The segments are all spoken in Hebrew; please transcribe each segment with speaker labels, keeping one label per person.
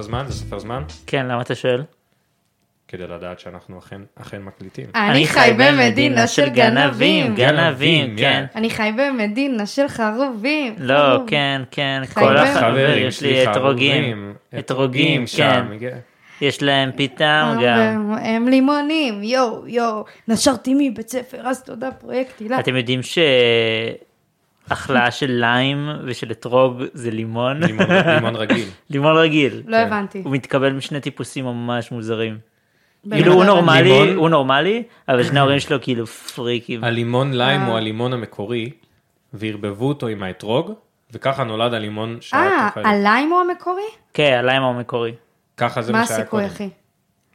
Speaker 1: זמן? זה סופר זמן?
Speaker 2: כן, למה אתה שואל?
Speaker 1: כדי לדעת שאנחנו אכן, אכן מקליטים.
Speaker 3: אני חי במדינה של גנבים.
Speaker 2: גנבים, כן.
Speaker 3: אני חי במדינה של חרובים.
Speaker 2: לא,
Speaker 3: חרוב.
Speaker 2: כן, כן,
Speaker 3: חיים
Speaker 2: כל
Speaker 3: בהם.
Speaker 2: החברים, יש לי
Speaker 1: סליחה,
Speaker 2: אתרוגים.
Speaker 1: רובים,
Speaker 2: אתרוגים, כן.
Speaker 1: שם,
Speaker 2: יש להם פיתם
Speaker 3: אה,
Speaker 2: גם.
Speaker 3: חרוב, הם לימונים, יואו, יואו. נשרתי מבית ספר, אז תודה פרויקט הילה.
Speaker 2: אתם יודעים שהחלאה של ליים ושל אתרוג זה לימון?
Speaker 1: לימון, לימון רגיל.
Speaker 2: לימון רגיל.
Speaker 3: לא הבנתי.
Speaker 2: כן. הוא מתקבל משני טיפוסים ממש מוזרים.
Speaker 3: באמת
Speaker 2: כאילו
Speaker 3: לא
Speaker 2: הוא
Speaker 3: הבנתי.
Speaker 2: נורמלי,
Speaker 1: לימון?
Speaker 2: הוא נורמלי, אבל שני ההורים שלו כאילו פריקים.
Speaker 3: אה.
Speaker 1: הלימון ליים הוא הלימון המקורי, וערבבו אותו עם האתרוג, וככה נולד הלימון
Speaker 3: אה,
Speaker 1: שאת אוכלת.
Speaker 3: הליים הוא המקורי?
Speaker 2: כן, הליים המקורי.
Speaker 1: ככה זה
Speaker 3: מה
Speaker 1: מה שהיה
Speaker 3: הסיכוי,
Speaker 1: קודם.
Speaker 3: אחי?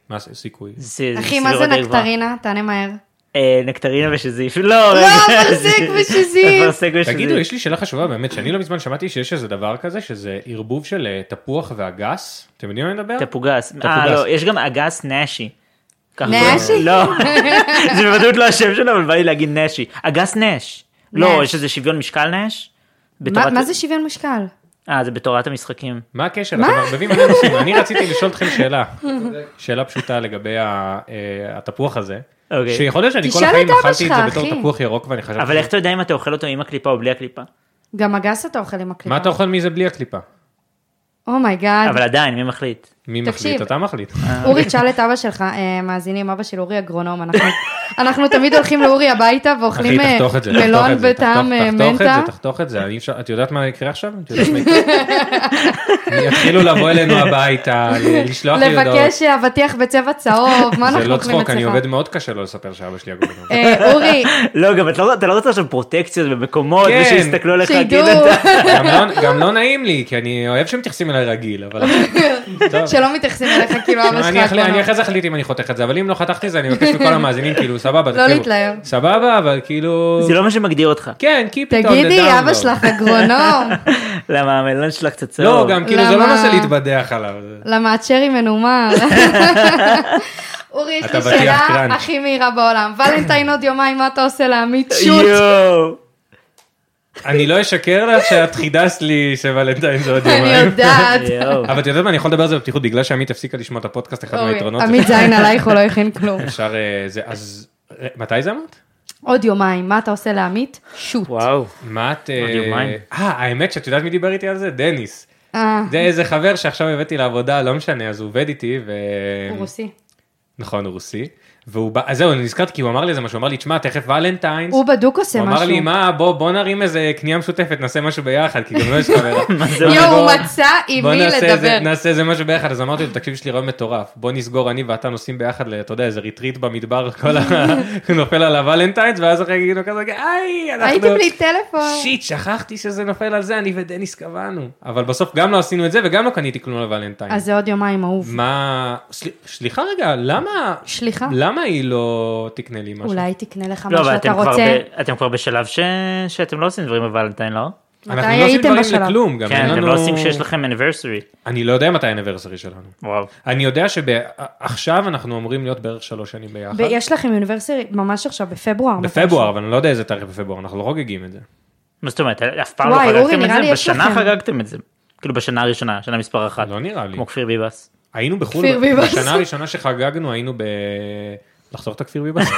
Speaker 1: מה הסיכוי?
Speaker 2: זה- זה
Speaker 3: אחי, מה זה
Speaker 2: סבירות די גבוהה.
Speaker 3: נקטרינה? תענה מהר.
Speaker 2: אה, נקטרינה ושזיף. לא,
Speaker 3: לא,
Speaker 2: רגע.
Speaker 3: אפרסק ושזיף.
Speaker 2: אפרסק ושזיף.
Speaker 1: תגידו, יש לי שאלה חשובה באמת, שאני לא מזמן שמעתי שיש איזה דבר כזה, שזה ערבוב של אה, תפוח ואגס. אתם יודעים מה אני מדבר?
Speaker 2: תפוגס. אה,
Speaker 1: תפוגס.
Speaker 2: לא, יש גם אגס נשי. ככה
Speaker 3: נשי?
Speaker 2: קוראים לו. לא, זה בוודאות לא השם שלו, אבל בא לי להגיד נשי. אגס נש. לא, יש איזה שוויון משקל נש?
Speaker 3: מה
Speaker 2: בתורת-
Speaker 3: מה זה שוויון משקל?
Speaker 2: אה, זה בתורת המשחקים.
Speaker 1: מה הקשר? אתם מערבבים מלא נושאים. אני רציתי לשאול אתכם שאלה. שאלה פשוטה לגבי ה- אה, התפוח הזה.
Speaker 2: אוקיי.
Speaker 1: שיכול להיות שאני כל
Speaker 3: תשאל
Speaker 1: החיים
Speaker 3: את אבא
Speaker 1: אכלתי את
Speaker 3: שלך,
Speaker 1: זה בתור
Speaker 3: אחי.
Speaker 1: תפוח ירוק ואני חשבתי...
Speaker 2: אבל איך אתה יודע אם אתה אוכל אותו עם הקליפה או בלי הקליפה?
Speaker 3: גם אגס אתה אוכל עם Oh הקליפה.
Speaker 1: מה אתה אוכל מזה בלי הקליפה?
Speaker 3: אומייגאד.
Speaker 2: אבל עדיין, מי מחליט?
Speaker 1: מי
Speaker 3: תקשיב.
Speaker 1: מחליט? אתה מחליט.
Speaker 2: אה.
Speaker 3: אורי, תשאל את אבא שלך, אה, מאזינים, אבא של אורי אגרונום, אנחנו- אנחנו תמיד הולכים לאורי הביתה
Speaker 1: אחי,
Speaker 3: ואוכלים אה,
Speaker 1: תחתוך את זה, תחתוך
Speaker 3: מלון
Speaker 1: את זה,
Speaker 3: בטעם אה,
Speaker 1: תחתוך- תחתוך
Speaker 3: מנטה.
Speaker 1: את זה, תחתוך את זה, אני אפשר- את יודעת מה יקרה עכשיו? את יודעת מה יקרה? יתחילו לבוא אלינו הביתה, לשלוח לי הודעות.
Speaker 3: לבקש אה, אבטיח בצבע צהוב, מה
Speaker 1: לא- זה
Speaker 3: אנחנו
Speaker 1: לא
Speaker 3: אוכלים
Speaker 1: צחוק, אני
Speaker 3: אצלך?
Speaker 1: עובד מאוד קשה לא לספר שאבא שלי הגורם.
Speaker 3: אה, אורי,
Speaker 2: לא, גם את לא- אתה לא רוצה עכשיו פרוטקציות ומקומות,
Speaker 1: כן.
Speaker 2: ושיסתכלו עליך,
Speaker 3: שידעו,
Speaker 2: כאילו אתה...
Speaker 1: גם לא- גם לא נעים לי, כי אני אוהב שמתייחסים אליי רגיל, אבל... טוב.
Speaker 3: שלא מתייחסים אליך כאילו אבא
Speaker 1: אני
Speaker 3: שלך
Speaker 1: אחלה- אני
Speaker 3: אגרונום.
Speaker 1: אחרי זה אחליט אם אני חותך את זה, אבל אם לא חתכתי את זה, אני מבקש מכל המאזינים, כאילו, סבבה,
Speaker 3: לא
Speaker 1: תקשיבו.
Speaker 3: להתלהב.
Speaker 1: סבבה, אבל כאילו...
Speaker 2: זה לא מה שמגדיר אותך.
Speaker 1: כן, keep it on the
Speaker 3: תגידי,
Speaker 1: down
Speaker 3: אבא
Speaker 1: low.
Speaker 3: שלך אגרונום,
Speaker 2: למה המלון שלה קצת צהוב.
Speaker 1: לא, גם כאילו, זה לא
Speaker 3: למה?
Speaker 1: נושא להתבדח עליו. זה-
Speaker 3: למה את שרי מנומר. אורי, יש
Speaker 1: אתה
Speaker 3: לי
Speaker 1: בטיח
Speaker 3: שאלה
Speaker 1: קראנץ'.
Speaker 3: הכי מהירה בעולם. ולנטיין עוד יומיים, מה אתה עושה לעמית שוט?
Speaker 2: יואו.
Speaker 1: אני לא אשקר לך שאת חידשת לי שוולנטיין זה עוד
Speaker 3: אני
Speaker 1: יומיים.
Speaker 3: יודעת.
Speaker 2: יואו.
Speaker 1: אבל את יודעת מה, אני יכול לדבר על זה בפתיחות, בגלל שעמית הפסיקה לשמוע את הפודקאסט, אחד
Speaker 3: אורי,
Speaker 1: מהיתרונות. זה
Speaker 3: אוקיי, עמית זין עלייך, הוא לא הכין כלום.
Speaker 1: אפשר, אה, זה, אז, אה, מתי זה אמרת?
Speaker 3: עוד יומיים, מה אתה עושה לעמית? שוט.
Speaker 2: וואו.
Speaker 1: מה את... אה,
Speaker 2: עוד יומיים.
Speaker 1: אה, האמת שאת יודעת מי דיבר איתי על זה? דניס.
Speaker 3: אה,
Speaker 1: זה איזה חבר שעכשיו הבאתי לעבודה, לא משנה, אז הוא עובד איתי, ו...
Speaker 3: הוא רוסי.
Speaker 1: נכון, הוא רוסי. והוא בא, אז זהו, אני נזכרתי כי הוא אמר לי איזה משהו, הוא אמר לי, תשמע, תכף ולנטיינס.
Speaker 3: הוא בדוק עושה
Speaker 1: הוא
Speaker 3: משהו.
Speaker 1: אמר לי, מה, בוא, בוא נרים איזה קנייה משותפת, נעשה משהו ביחד, כי גם לא יש חברה.
Speaker 3: יואו,
Speaker 1: בוא-
Speaker 3: הוא מצא עם
Speaker 1: בוא
Speaker 3: מי
Speaker 1: נעשה איזה-
Speaker 3: לדבר.
Speaker 1: נעשה איזה משהו ביחד, אז אמרתי לו, תקשיב, יש לי רעיון מטורף, בוא נסגור אני ואתה נוסעים ביחד, ל- אתה יודע, איזה ריטריט במדבר, כל ה... נופל על הוולנטיינס, ואז אחרי יגידו כזה, היי, אנחנו... לא-
Speaker 3: הייתי בלי טלפון.
Speaker 1: שיט, שכחתי שזה נופל על זה, אני ודניס קבענו. אבל בסוף גם לא עשינו את זה, וגם לא קניתי כלום
Speaker 3: אז
Speaker 1: לוולנטיינס.
Speaker 3: זה עוד יומיים אהוב.
Speaker 1: מה... סל- סליחה רגע, למה...
Speaker 3: שליחה?
Speaker 1: למה היא לא תקנה לי משהו?
Speaker 3: אה? אולי תקנה לך
Speaker 2: לא,
Speaker 3: מה
Speaker 2: אבל
Speaker 3: שאתה
Speaker 2: אתם כבר,
Speaker 3: רוצה.
Speaker 2: ב... אתם כבר בשלב ש... שאתם לא עושים דברים בוולנטיין, לא?
Speaker 1: אנחנו
Speaker 3: מתי
Speaker 1: לא עושים
Speaker 3: הייתם
Speaker 1: דברים
Speaker 3: בשלב?
Speaker 1: לכלום, גם אין
Speaker 2: כן, אתם
Speaker 1: לנו...
Speaker 2: לא עושים כשיש לכם אניברסרי.
Speaker 1: אני לא יודע מתי האניברסרי שלנו.
Speaker 2: וואו.
Speaker 1: אני יודע שעכשיו אנחנו אמורים להיות בערך שלוש שנים ביחד.
Speaker 3: ב- יש לכם אוניברסיטי ממש עכשיו, בפברואר.
Speaker 1: בפברואר, אבל אני לא יודע איזה תאריך בפברואר, אנחנו לא חוגגים את זה.
Speaker 2: מה זאת אומרת, אף פעם לא
Speaker 3: וואי, אורי,
Speaker 2: חגגתם את
Speaker 3: נראה לי
Speaker 2: זה?
Speaker 3: יש
Speaker 2: בשנה
Speaker 3: לכם.
Speaker 2: חגגתם את זה. כאילו בשנה הראשונה, שנה מספר אחת.
Speaker 1: לא נראה לי.
Speaker 2: כמו כפיר ביבס.
Speaker 1: היינו בחו"ל,
Speaker 3: כפיר ביבס.
Speaker 1: בשנה הראשונה שחגגנו היינו ב... לחסוך את הכפיר ביבס?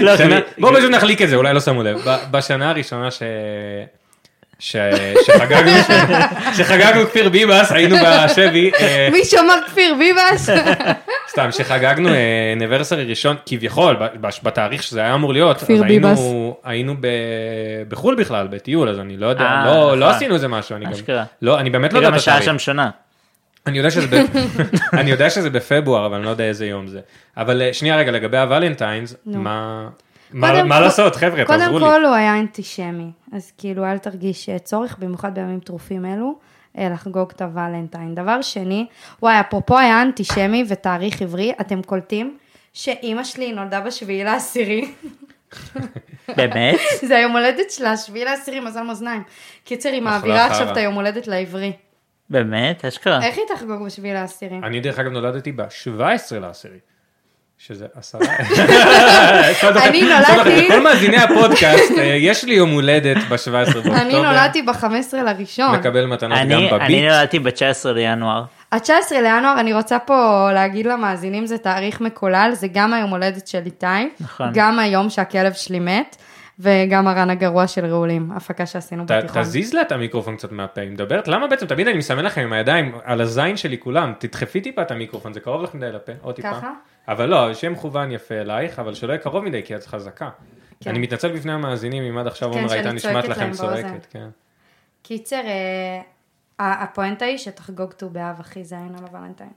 Speaker 2: לא,
Speaker 1: בשנה-
Speaker 2: כפיר-
Speaker 1: בואו פשוט נחליק את זה, אולי לא שמו לב. ב- בשנה הראשונה ש... ש... שחגגנו, שחגגנו כפיר ביבס, היינו בשבי, אה,
Speaker 3: מישהו אמר כפיר ביבס?
Speaker 1: סתם, שחגגנו אה, אניברסרי ראשון, כביכול, ב- בש- בתאריך שזה היה אמור להיות, אז
Speaker 3: כפיר
Speaker 1: היינו, היינו ב... בחו"ל בכלל, בטיול, אז אני לא יודע,
Speaker 2: אה,
Speaker 1: לא, לא
Speaker 2: נכון.
Speaker 1: עשינו איזה משהו, אני גם,
Speaker 2: אשכרה.
Speaker 1: לא, אני באמת לא יודע
Speaker 2: וגם
Speaker 1: את
Speaker 2: השעה
Speaker 1: התאריך.
Speaker 2: שם שונה.
Speaker 1: אני יודע שזה, ב... אני יודע שזה בפברואר, אבל אני לא יודע איזה יום זה. אבל אה, שנייה רגע, לגבי הוולנטיינס, מה... מה,
Speaker 3: קודם
Speaker 1: מה
Speaker 3: כל-
Speaker 1: לעשות, חבר'ה, תעזרו
Speaker 3: קודם
Speaker 1: לי.
Speaker 3: כל הוא היה אנטישמי, אז כאילו אל תרגיש צורך, במיוחד בימים טרופים אלו, אה, לחגוג את הוולנטיין. דבר שני, וואי, אפרופו היה אנטישמי ותאריך עברי, אתם קולטים שאימא שלי נולדה בשביעי לעשירי,
Speaker 2: באמת?
Speaker 3: זה היום הולדת שלה, שביעי לעשירי, מזל מאזניים. קיצר, היא מעבירה
Speaker 1: חרא.
Speaker 3: עכשיו את היום הולדת לעברי.
Speaker 2: באמת? אשכרה.
Speaker 1: אה.
Speaker 3: איך היא תחגוג בשביעי לעשירי?
Speaker 1: אני דרך אגב נולדתי ב-17 לעשירי. שזה עשרה. כל דבר-
Speaker 3: אני
Speaker 1: כל דבר-
Speaker 3: נולדתי-
Speaker 1: לא- כל מאזיני הפודקאסט, אה, יש לי יום הולדת ב-17 באוקטובר.
Speaker 3: אני
Speaker 1: אה.
Speaker 3: נולדתי ב-15 לראשון.
Speaker 1: מקבל מתנות גם
Speaker 2: אני אני
Speaker 3: לא
Speaker 1: בביט.
Speaker 2: נולדתי ב-19 לינואר.
Speaker 3: ה-19 לינואר, אני רוצה פה להגיד למאזינים, זה תאריך מקולל, זה גם היום הולדת של איתי,
Speaker 2: נכון.
Speaker 3: גם היום שהכלב שלי מת, וגם הרן הגרוע של רעולים, הפקה שעשינו
Speaker 1: ת-
Speaker 3: בתיכון.
Speaker 1: תזיז לה את המיקרופון קצת מהפה, היא מדברת? למה בעצם? תמיד אני מסמן לכם עם הידיים על הזין שלי כולם, תדחפי טיפה את המיקרופון, זה קרוב לך מדי לפה, עוד טיפה.
Speaker 3: ככה?
Speaker 1: אבל לא, שיהיה מכוון יפה אלייך, אבל שלא יהיה קרוב מדי, כי את חזקה.
Speaker 3: כן.
Speaker 1: אני מתנצל בפני המאזינים אם עד עכשיו
Speaker 3: כן,
Speaker 1: עומר
Speaker 3: שאני
Speaker 1: הייתה נשמעת
Speaker 3: צועקת
Speaker 1: לכם
Speaker 3: להם באוזן.
Speaker 1: צועקת. כן.
Speaker 3: קיצר, אה, ה- הפואנטה היא שתחגוג ט"ו באב, אחי, זה היום לבלנטיין.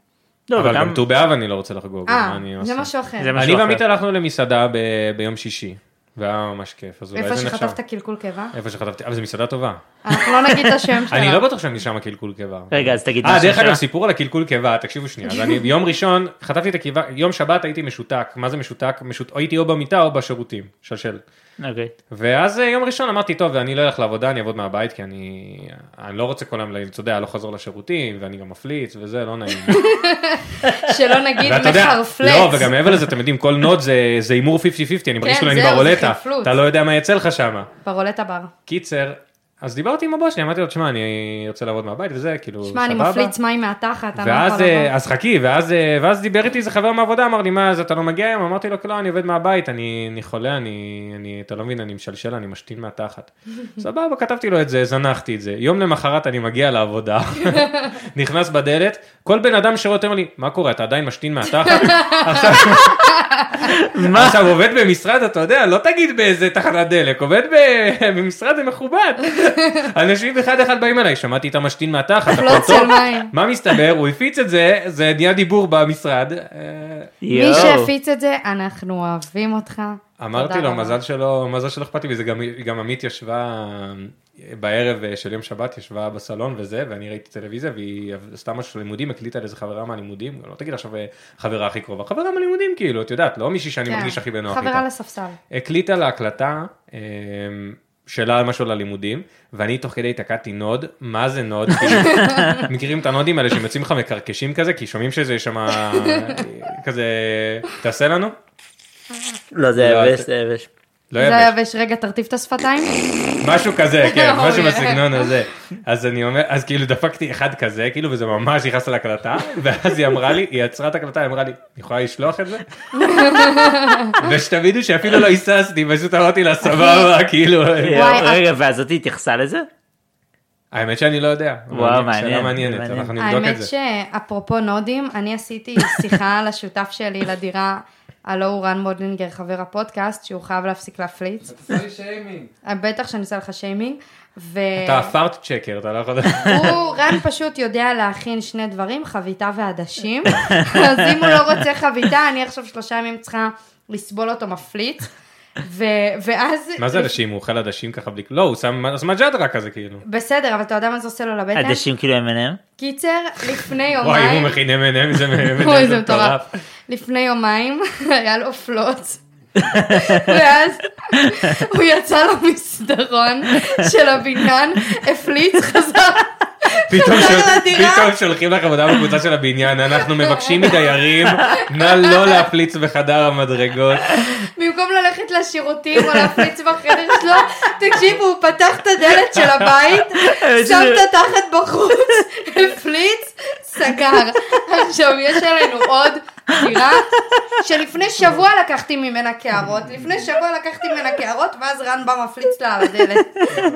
Speaker 2: לא,
Speaker 1: אבל
Speaker 2: וגם-
Speaker 1: גם ט"ו באב אני לא רוצה לחגוג,
Speaker 3: אה,
Speaker 1: מה אני
Speaker 3: זה
Speaker 1: עושה?
Speaker 3: משהו אחר.
Speaker 2: זה מה-
Speaker 1: אני
Speaker 2: משהו
Speaker 1: ועמית
Speaker 2: אחר.
Speaker 1: הלכנו למסעדה ב- ביום שישי, והיה ממש כיף, אז אולי
Speaker 3: איפה
Speaker 1: זה נחשב.
Speaker 3: שחטפת קלקול קיבה? אה,
Speaker 1: איפה שחטפתי, אבל זו מסעדה טובה.
Speaker 3: אנחנו לא נגיד את השם שלה.
Speaker 1: אני לא בטוח שאני שם הקלקול קיבה.
Speaker 2: רגע, אז תגיד
Speaker 1: אה,
Speaker 2: מה
Speaker 1: דרך
Speaker 2: השם
Speaker 1: אגב,
Speaker 2: שלה.
Speaker 1: סיפור על הקלקול קיבה, תקשיבו שנייה. אז אני ביום ראשון חטפתי את הקיבה, יום שבת הייתי משותק. מה זה משותק? משות- הייתי או במיטה או בשירותים, שלשל.
Speaker 2: אוקיי.
Speaker 1: ואז אה, יום ראשון אמרתי, טוב, אני לא אלך לעבודה, אני אעבוד מהבית, כי אני אני לא רוצה כל היום, ל- אתה יודע, לא חוזר לשירותים, ואני גם מפליץ, וזה, לא נעים.
Speaker 3: שלא נגיד
Speaker 1: ואתה יודע,
Speaker 3: מחרפלץ.
Speaker 1: לא, וגם מעבר לזה, אתם יודעים, כל נוט זה- זה הימור 50-50, אני מרגיש כאילו אני
Speaker 3: כן, זהו, זה
Speaker 1: ברולטה.
Speaker 3: חרפלות.
Speaker 1: אתה לא יודע מה יצא לך שמה.
Speaker 3: ברולטה בר.
Speaker 1: קיצר, אז דיברתי עם הבוס שלי, אמרתי לו, תשמע, אני רוצה לעבוד מהבית וזה, כאילו, סבבה.
Speaker 3: שמע, אני מפליץ מים מהתחת. אני לא
Speaker 1: ואז,
Speaker 3: יכולה
Speaker 1: אה,
Speaker 3: לבוא.
Speaker 1: אז חכי, ואז, אה, ואז דיבר איתי איזה חבר מהעבודה, אמר לי, מה, אז אתה לא מגיע היום? אמרתי לו, לא, אני עובד מהבית, אני, אני חולה, אני, אני, אתה לא מבין, אני משלשל, אני משתין מהתחת. סבבה, כתבתי לו את זה, זנחתי את זה. יום למחרת אני מגיע לעבודה, נכנס בדלת, כל בן אדם שרואה אותו אומר לי, מה קורה, אתה עדיין משתין מהתחת? עכשיו,
Speaker 2: מה?
Speaker 1: עכשיו עובד במשרד, אתה יודע, לא תגיד באיזה תחנת דלק, עובד ב- במשרד זה מכובד. אנשים אחד אחד באים אליי, שמעתי את המשתין
Speaker 3: לא
Speaker 1: מהתחת, הכל
Speaker 3: פלוץ
Speaker 1: טוב.
Speaker 3: של מים.
Speaker 1: מה מסתבר? הוא הפיץ את זה, זה נהיה דיבור במשרד. אה,
Speaker 3: מי
Speaker 2: יואו.
Speaker 3: שהפיץ את זה, אנחנו אוהבים אותך.
Speaker 1: אמרתי
Speaker 3: תודה
Speaker 1: לו,
Speaker 3: רבה.
Speaker 1: מזל שלא, מזל שלא אכפת לי מזה, גם- גם עמית ישבה אה, בערב אה, של יום שבת, ישבה בסלון וזה, ואני ראיתי טלוויזיה, והיא עשתה משהו של לימודים, הקליטה לאיזה חברה מהלימודים, לא תגיד עכשיו אה, חברה הכי קרובה, חברה מהלימודים, כאילו, את יודעת, לא מישהי שאני
Speaker 3: כן.
Speaker 1: מרגיש הכי בנוח איתה.
Speaker 3: חברה לספסל.
Speaker 1: הקליטה להקלטה אמ, שאלה על משהו ללימודים, ואני תוך כדי תקעתי נוד, מה זה נוד? כאילו, מכירים את הנודים האלה שהם יוצאים לך מקרקשים כזה, כי שומעים שזה שם אה, כזה, תעשה לנו?
Speaker 2: לא, זה
Speaker 1: לא,
Speaker 2: יבש,
Speaker 1: זה-
Speaker 2: זה יבש.
Speaker 1: לא
Speaker 3: זה
Speaker 1: יבש,
Speaker 3: היבש, רגע, תרטיב את השפתיים.
Speaker 1: משהו כזה, כן,
Speaker 3: לא, אוי.
Speaker 1: משהו בסגנון הזה. אז אני אומר, אז כאילו דפקתי אחד כזה, כאילו, וזה ממש נכנס להקלטה, ואז היא אמרה לי, היא עצרה את ההקלטה, היא אמרה לי, "את יכולה לשלוח את זה? ושתבינו שאפילו לא היססתי, פשוט אמרתי לה, סבבה, כאילו.
Speaker 2: יואו,
Speaker 3: את-
Speaker 2: רגע, ואז אותי התייחסה לזה?
Speaker 1: האמת שאני לא יודע.
Speaker 2: וואו,
Speaker 1: אבל שאלה
Speaker 2: מעניין,
Speaker 1: מעניינת,
Speaker 2: מעניין.
Speaker 1: אנחנו נבדוק
Speaker 3: האמת
Speaker 1: את זה.
Speaker 3: שאפרופו נודים, אני עשיתי שיחה לשותף שלי לדירה, הלו הוא רן מודלינגר, חבר הפודקאסט, שהוא חייב להפסיק להפליץ. אה, בטח שאני עושה לך שיימינג. ו...
Speaker 1: אתה הפארט צ'קר, אתה לא יכול...
Speaker 3: הוא, רן פשוט יודע להכין שני דברים, חביתה ועדשים. אז אם הוא לא רוצה חביתה, אני עכשיו שלושה ימים צריכה לסבול אותו מפליץ. ו- ואז...
Speaker 1: מה זה עדשים? הוא אוכל עדשים ככה בלי... לא, הוא שם סמג'דרה כזה כאילו.
Speaker 3: בסדר, אבל אתה יודע מה זה עושה לו לבטן?
Speaker 2: עדשים כאילו M&M?
Speaker 3: קיצר, לפני יומיים...
Speaker 1: וואי, אם הוא מכין M&M זה מ-
Speaker 3: אוי, זה מטורף. לפני יומיים היה לו פלוץ. ואז הוא יצא למסדרון של הבניין, הפליץ, חזר,
Speaker 1: פתאום
Speaker 3: חזר
Speaker 1: שול-
Speaker 3: לדירה.
Speaker 1: פתאום שולחים לך עבודה בקבוצה של הבניין, אנחנו מבקשים מדיירים, נא לא להפליץ בחדר המדרגות.
Speaker 2: אה,
Speaker 3: במקום ללכת לשירותים או להפליץ בחדר שלו, תקשיבו, הוא פתח את הדלת של הבית, שם את התחת בחוץ, הפליץ, סגר. עכשיו, יש עלינו עוד דירה, שלפני שבוע לקחתי ממנה קערות, לפני שבוע לקחתי ממנה קערות, ואז רן בא מפליץ לה על הדלת.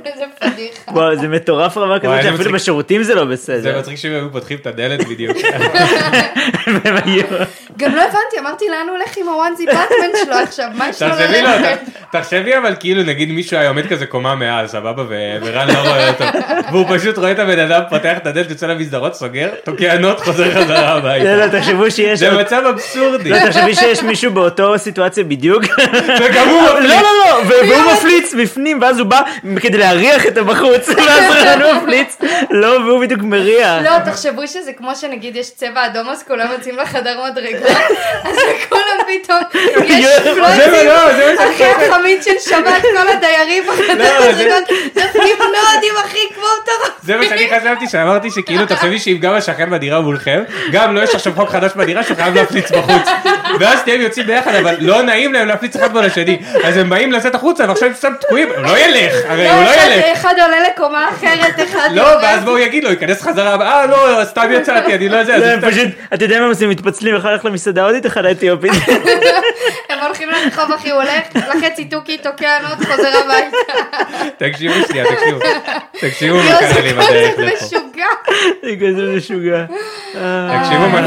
Speaker 3: איזה פדיחה.
Speaker 2: וואו, זה מטורף רמה כזאת
Speaker 1: וואי, זה
Speaker 2: שאפילו
Speaker 1: מצחיק.
Speaker 2: בשירותים זה לא
Speaker 1: זה
Speaker 2: בסדר.
Speaker 1: מצחיק שהם היו פותחים את הדלת בדיוק.
Speaker 2: והם היו-
Speaker 3: גם לא הבנתי, אמרתי לאן הוא הולך עם הוואנזי באטמן שלו עכשיו, מה יש לו
Speaker 1: תחשבי לו,
Speaker 3: ללכת?
Speaker 1: תחשבי אבל כאילו נגיד מישהו היה עומד כזה קומה מעל, סבבה, ו- ורן לא רואה אותו, והוא פשוט רואה את הבן אדם, פותח את הדלת, יוצא למסדרות, סוגר, תוקע נוט, חוזר חזרה
Speaker 2: לא,
Speaker 1: הביתה.
Speaker 2: לא, תחשבו שיש...
Speaker 1: זה מצב אבסורדי,
Speaker 2: לא, תחשבי שיש מישהו באותו סיטואציה בדיוק.
Speaker 1: וגם הוא
Speaker 2: לא,
Speaker 1: מפליץ.
Speaker 2: לא, לא, ו- והוא מפליץ בפנים, ואז הוא בא כדי להריח את הבחוץ, ואז הוא מפליץ, לא, והוא בדיוק מריח.
Speaker 3: לא, תחשבו שזה כמו שנגיד יש צבע אדום אז כולם יוצאים לחדר מדרגות, אז לכולם פתאום יש
Speaker 1: זה
Speaker 2: זה
Speaker 3: פלוטים.
Speaker 1: לא, זה
Speaker 3: אחרי החמית של שבת, כל הדיירים בחדר
Speaker 1: לא, זה-
Speaker 3: מדרגות, נותנים נודים אחי כמו לא, מטורף.
Speaker 1: זה מה שאני חשבתי, שאמרתי שכאילו, תחשבי שאם גם השכן בדירה מולכם, גם לא יש עכשיו חוק חדש בדירה שחייב להפליץ בחוץ. ואז שניהם יוצאים ביחד, אבל לא נעים להם להפליץ אחד מול השני. אז הם באים לצאת החוצה, ועכשיו הם סתם תקועים, הוא לא ילך, הרי הוא לא
Speaker 3: אחד-
Speaker 1: ילך.
Speaker 3: אחד עולה לקומה אחרת, אחד...
Speaker 1: לא,
Speaker 3: יורד.
Speaker 1: ואז בואו יגיד לו, ייכנס חזרה, אה, לא, סתם יצאתי, אני לא זה. אז
Speaker 2: לא,
Speaker 1: הוא
Speaker 2: הם
Speaker 1: סתם-
Speaker 2: פשוט, אתה יודע מה הם עושים? מתפצלים, אחד הולך למסעדה הודית, אחד האתיופית.
Speaker 3: הם הולכים לרחוב, אחי, הוא הולך, לחצי תוכי, תוקע עוד, חוזר הביתה.
Speaker 1: תקשיבו שנייה, תקשיבו. תקשיבו מה
Speaker 3: יואו,
Speaker 1: קרה לי
Speaker 3: לא, זה
Speaker 1: בדרך
Speaker 3: כזה
Speaker 1: לפה.
Speaker 3: משוגע.
Speaker 2: זה כזה משוגע.
Speaker 1: תקשיבו מה